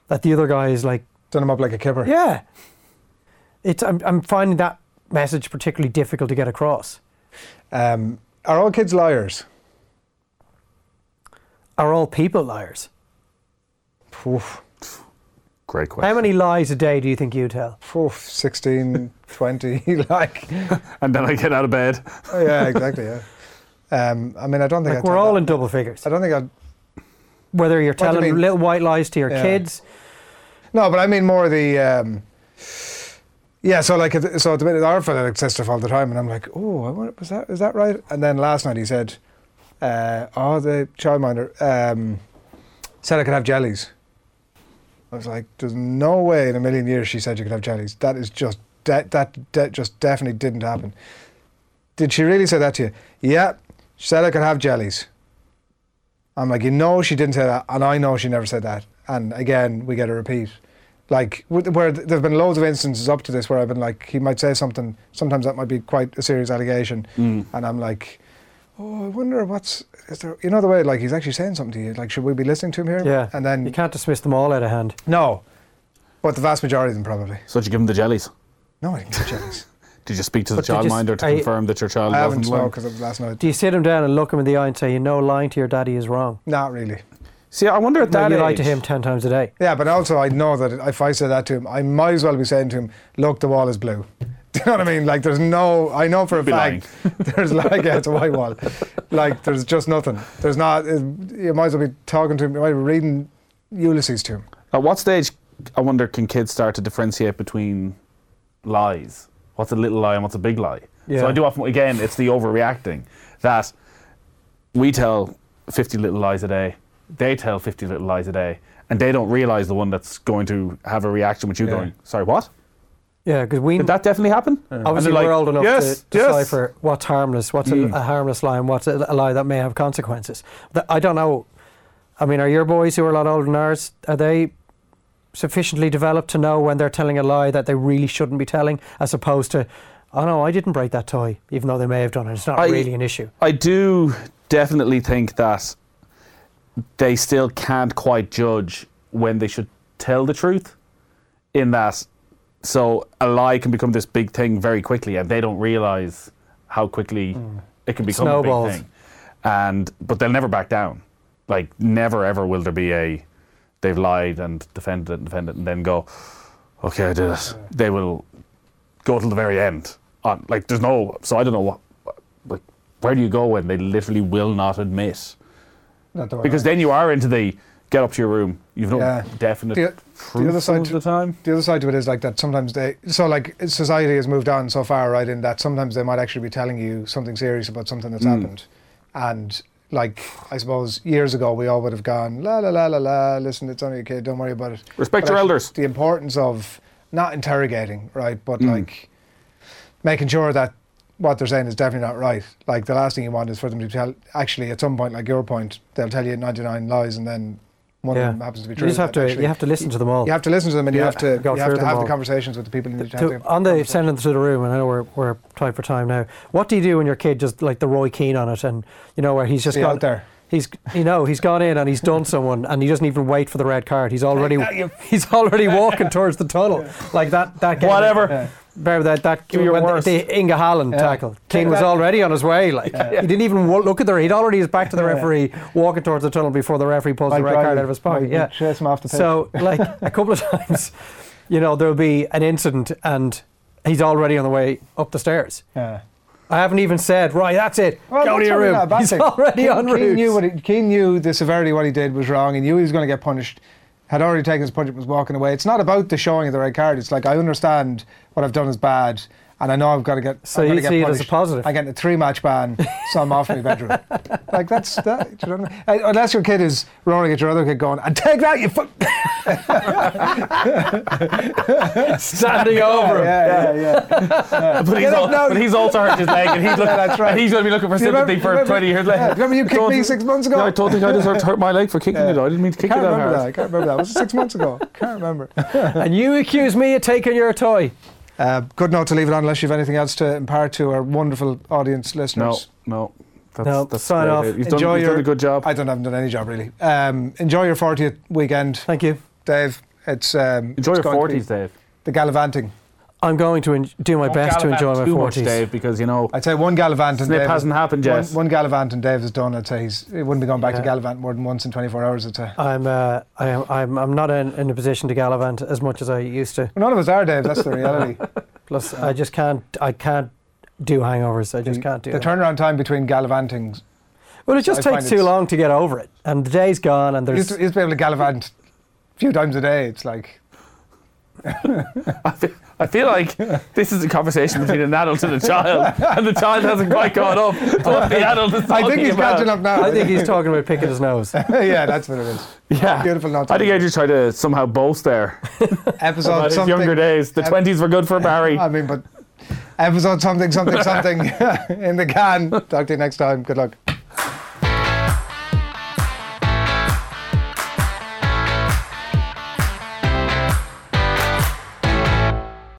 Speaker 1: that the other guy is like,
Speaker 3: Done them up like a kipper.
Speaker 1: yeah. It's, I'm, I'm finding that message particularly difficult to get across.
Speaker 3: Um, are all kids liars?
Speaker 1: Are all people liars?
Speaker 3: Oof,
Speaker 2: Great question.
Speaker 1: How many lies a day do you think you tell?
Speaker 3: oof, 16, 20, like.
Speaker 2: And then I get out of bed.
Speaker 3: Oh, yeah, exactly, yeah. Um, I mean, I don't think
Speaker 1: Like
Speaker 3: I'd
Speaker 1: we're
Speaker 3: tell
Speaker 1: all
Speaker 3: that.
Speaker 1: in double figures.
Speaker 3: I don't think I'd.
Speaker 1: Whether you're
Speaker 3: do you
Speaker 1: telling
Speaker 3: mean?
Speaker 1: little white lies to your
Speaker 3: Yeah.
Speaker 1: kids,
Speaker 3: No, but I mean more the. Um, yeah, so like, if- so at the minute, our fella like says stuff all the time, and I'm like, oh, I wonder, was that is that right? And then last night he said, uh, oh, the childminder um, said I could have jellies. I was like, there's no way in a million years she said you could have jellies. That is just that that that just definitely didn't happen. Did she really say that to you? Yeah, she said I could have jellies. I'm like, you know, she didn't say that, and I know she never said that. And again, we get a repeat. Like, wh- where th- there have been loads of instances up to this where I've been like, he might say something. Sometimes that might be quite a serious allegation, and I'm like, oh, I wonder what's is there. You know the way, like he's actually saying something to you. Like, should we be listening to him here?
Speaker 1: yeah,
Speaker 3: And then
Speaker 1: you can't dismiss them all out of hand.
Speaker 3: no, but the vast majority of them probably.
Speaker 2: So did you give him the jellies?
Speaker 3: No, I didn't get jellies.
Speaker 2: Did you speak to the
Speaker 1: But they just-
Speaker 2: childminder to
Speaker 1: I-
Speaker 2: confirm that your child
Speaker 3: I haven't
Speaker 2: wasn't lying?
Speaker 3: smoked because it was last night.
Speaker 1: Do you sit him down and look him in the eye and say, "You know, lying to your daddy is wrong.
Speaker 3: Not really.
Speaker 2: See, I wonder at
Speaker 1: No,
Speaker 2: that
Speaker 1: you
Speaker 2: age,
Speaker 1: lie to him ten times a day."
Speaker 3: Yeah, but also I know that if I say that to him, I might as well be saying to him, "Look, the wall is blue," Do you know what I mean? Like, there's no. I know for a
Speaker 2: be
Speaker 3: fact. There's like yeah, it's a white wall. Like, there's just nothing. There's not. it- you might as well be talking to him. You might be reading Ulysses to him.
Speaker 2: At what stage, I wonder, can kids start to differentiate between lies? What's a little lie and what's a big lie?
Speaker 1: Yeah.
Speaker 2: So I do often, again, it's the overreacting that we tell 50 little lies a day, they tell 50 little lies a day, and they don't realize the one that's going to have a reaction with you
Speaker 3: Yeah.
Speaker 2: going, sorry, what?
Speaker 1: Yeah, because we
Speaker 2: Did that definitely happen?
Speaker 1: obviously
Speaker 2: And they're
Speaker 1: we're
Speaker 2: like,
Speaker 1: old enough
Speaker 2: "Yes,
Speaker 1: to
Speaker 2: yes."
Speaker 1: decipher what's harmless, what's a- a, harmless lie, and what's a, a lie that may have consequences. That, I don't know. I mean, are your boys who are a lot older than ours are they sufficiently developed to know when they're telling a lie that they really shouldn't be telling, as opposed to, oh no, I didn't break that toy, even though they may have done it. It's not
Speaker 2: I-
Speaker 1: really an issue.
Speaker 2: I do definitely think that they still can't quite judge when they should tell the truth. In that, so a lie can become this big thing very quickly, and they don't realize how quickly it can become a
Speaker 1: Snowballs.
Speaker 2: big thing. And but they'll never back down. Like never ever will there be a they've lied and defended it and defended it and then go, okay, I did it. They will go till the very end. On like there's no so I don't know what like where do you go when they literally will not admit?
Speaker 3: Not the way
Speaker 2: Because then you are into the get up to your room. You've no
Speaker 3: Yeah.
Speaker 2: definite
Speaker 3: The- the
Speaker 2: proof
Speaker 3: other side
Speaker 2: some of
Speaker 3: to-
Speaker 2: the time.
Speaker 3: the other side to it is like that sometimes they so like society has moved on so far right in that sometimes they might actually be telling you something serious about something that's
Speaker 1: Hmm.
Speaker 3: happened and like i suppose years ago we all would have gone la la la la la listen it's only a kid don't worry about it
Speaker 2: Respect your
Speaker 3: actually,
Speaker 2: elders.
Speaker 3: the importance of not interrogating right but
Speaker 1: Hmm.
Speaker 3: like making sure that what they're saying is definitely not right like the last thing you want is for them to tell actually at some point like your point they'll tell you 99 lies and then one
Speaker 1: Yeah.
Speaker 3: of them happens to be
Speaker 1: You
Speaker 3: true
Speaker 1: just have
Speaker 3: that
Speaker 1: to
Speaker 3: actually-
Speaker 1: you have to listen to them all.
Speaker 3: you have to listen to them and
Speaker 1: Yeah,
Speaker 3: you have to
Speaker 1: go
Speaker 3: you have
Speaker 1: through
Speaker 3: to
Speaker 1: them
Speaker 3: have
Speaker 1: all.
Speaker 3: the conversations with the people you need to,
Speaker 1: To-
Speaker 3: have to
Speaker 1: on the send them to the room, and I know we're, we're tight for time now. What do you do when your kid just like the Roy Keane on it, and you know where he's just
Speaker 3: See
Speaker 1: gone
Speaker 3: out there.
Speaker 1: He's you know he's gone in and he's done someone, and he doesn't even wait for the red card. He's already
Speaker 3: that, you-
Speaker 1: he's already walking towards the tunnel like that. That game,
Speaker 2: Whatever.
Speaker 1: Bear that that
Speaker 2: your
Speaker 1: when the,
Speaker 2: worst.
Speaker 1: the Inga Haaland tackle. Keane was
Speaker 3: that.
Speaker 1: already on his way. Like he didn't even wo- look at the. He'd already was back to the referee, walking towards the tunnel before the referee pulls the red card out of his pocket. Yeah.
Speaker 3: chase him off the pitch.
Speaker 1: So, like a couple of times, you know, there'll be an incident and he's already on the way up the stairs.
Speaker 3: yeah.
Speaker 1: I haven't even said, right, that's it. Go to your room. He's already on
Speaker 3: Keane
Speaker 1: route.
Speaker 3: knew what he, Keane knew the severity of what he did was wrong. He knew he was going to get punished. Had already taken his punishment, was walking away. It's not about the showing of the red card. It's like I understand what I've done is bad, and I know I've got to get.
Speaker 1: So
Speaker 3: I'm
Speaker 1: you
Speaker 3: gonna get
Speaker 1: see it as a
Speaker 3: punished.
Speaker 1: positive.
Speaker 3: I get a three-match ban, so I'm off my bedroom. Like that's that. do You know what I mean? Uh, Unless your kid is roaring at your other kid, going, "And take that, you fuck."
Speaker 1: Standing over him.
Speaker 3: yeah, yeah. yeah.
Speaker 2: But he's,
Speaker 3: up
Speaker 2: al-
Speaker 3: now.
Speaker 2: but he's also hurt his leg, and he's, look,
Speaker 3: that's right.
Speaker 2: and he's going to be looking for
Speaker 3: Do you
Speaker 2: sympathy
Speaker 3: remember-
Speaker 2: for
Speaker 3: do you remember-
Speaker 2: 20 years later.
Speaker 3: yeah, do you remember you kicked
Speaker 2: Don't-
Speaker 3: me six months ago?
Speaker 2: Yeah, I don't think I deserved to hurt my leg for kicking it. I didn't mean to kick
Speaker 3: Can't
Speaker 2: it that
Speaker 3: remember
Speaker 2: hard.
Speaker 3: that. I can't remember that. Was it six months ago? Can't remember.
Speaker 1: And you accuse me of taking your toy.
Speaker 3: Uh, good note to leave it on unless you've anything else to impart to our wonderful audience
Speaker 2: No,
Speaker 3: listeners.
Speaker 2: no. That's,
Speaker 1: No, sign
Speaker 2: great.
Speaker 1: off.
Speaker 2: You've done,
Speaker 3: Enjoy
Speaker 2: you've
Speaker 3: your,
Speaker 2: done a good job.
Speaker 3: I don't haven't done any job really. Um, enjoy your 40th weekend,
Speaker 1: Thank you.
Speaker 3: Dave. It's um,
Speaker 2: Enjoy
Speaker 3: it's
Speaker 2: your
Speaker 3: going to be
Speaker 2: 40s, Dave.
Speaker 3: The gallivanting.
Speaker 1: I'm going to en- do
Speaker 3: Oh,
Speaker 1: my best to enjoy my
Speaker 2: too much,
Speaker 1: 40s.
Speaker 2: Dave, because, you know,
Speaker 3: I'd say one gallivant and
Speaker 2: Snip
Speaker 3: Dave
Speaker 2: hasn't happened, Jess.
Speaker 3: One, one gallivant and Dave is done. I'd say he's he wouldn't be going back to
Speaker 1: Yeah.
Speaker 3: gallivant more than once in 24 hours. I'd say.
Speaker 1: I'm, uh, I am, I'm, I'm not in, in a position to gallivant as much as I used to.
Speaker 3: Well, none of us are, Dave. That's the reality.
Speaker 1: Plus, I just can't, I can't do hangovers. I just can't do
Speaker 3: the
Speaker 1: it.
Speaker 3: turnaround time between gallivantings.
Speaker 1: Well, it just
Speaker 3: I
Speaker 1: takes
Speaker 3: find
Speaker 1: too
Speaker 3: it's-
Speaker 1: long to get over it, and the day's gone, and
Speaker 3: You
Speaker 1: there's
Speaker 3: used, to, used to be able to gallivant a few times a day. It's like
Speaker 2: I feel, I feel like this is a conversation between an adult and a child, and the child hasn't quite caught up to what the adult is
Speaker 3: I think
Speaker 2: talking
Speaker 3: he's
Speaker 2: about.
Speaker 3: catching up now.
Speaker 1: I think he's talking about picking his nose.
Speaker 3: yeah, that's what it is.
Speaker 2: Yeah.
Speaker 3: Beautiful note.
Speaker 2: I think I just tried to somehow boast there
Speaker 3: episode
Speaker 2: about his
Speaker 3: something.
Speaker 2: younger days. The 20s were good for Barry.
Speaker 3: I mean, but episode something, something, something in the can. Talk to you next time. Good luck.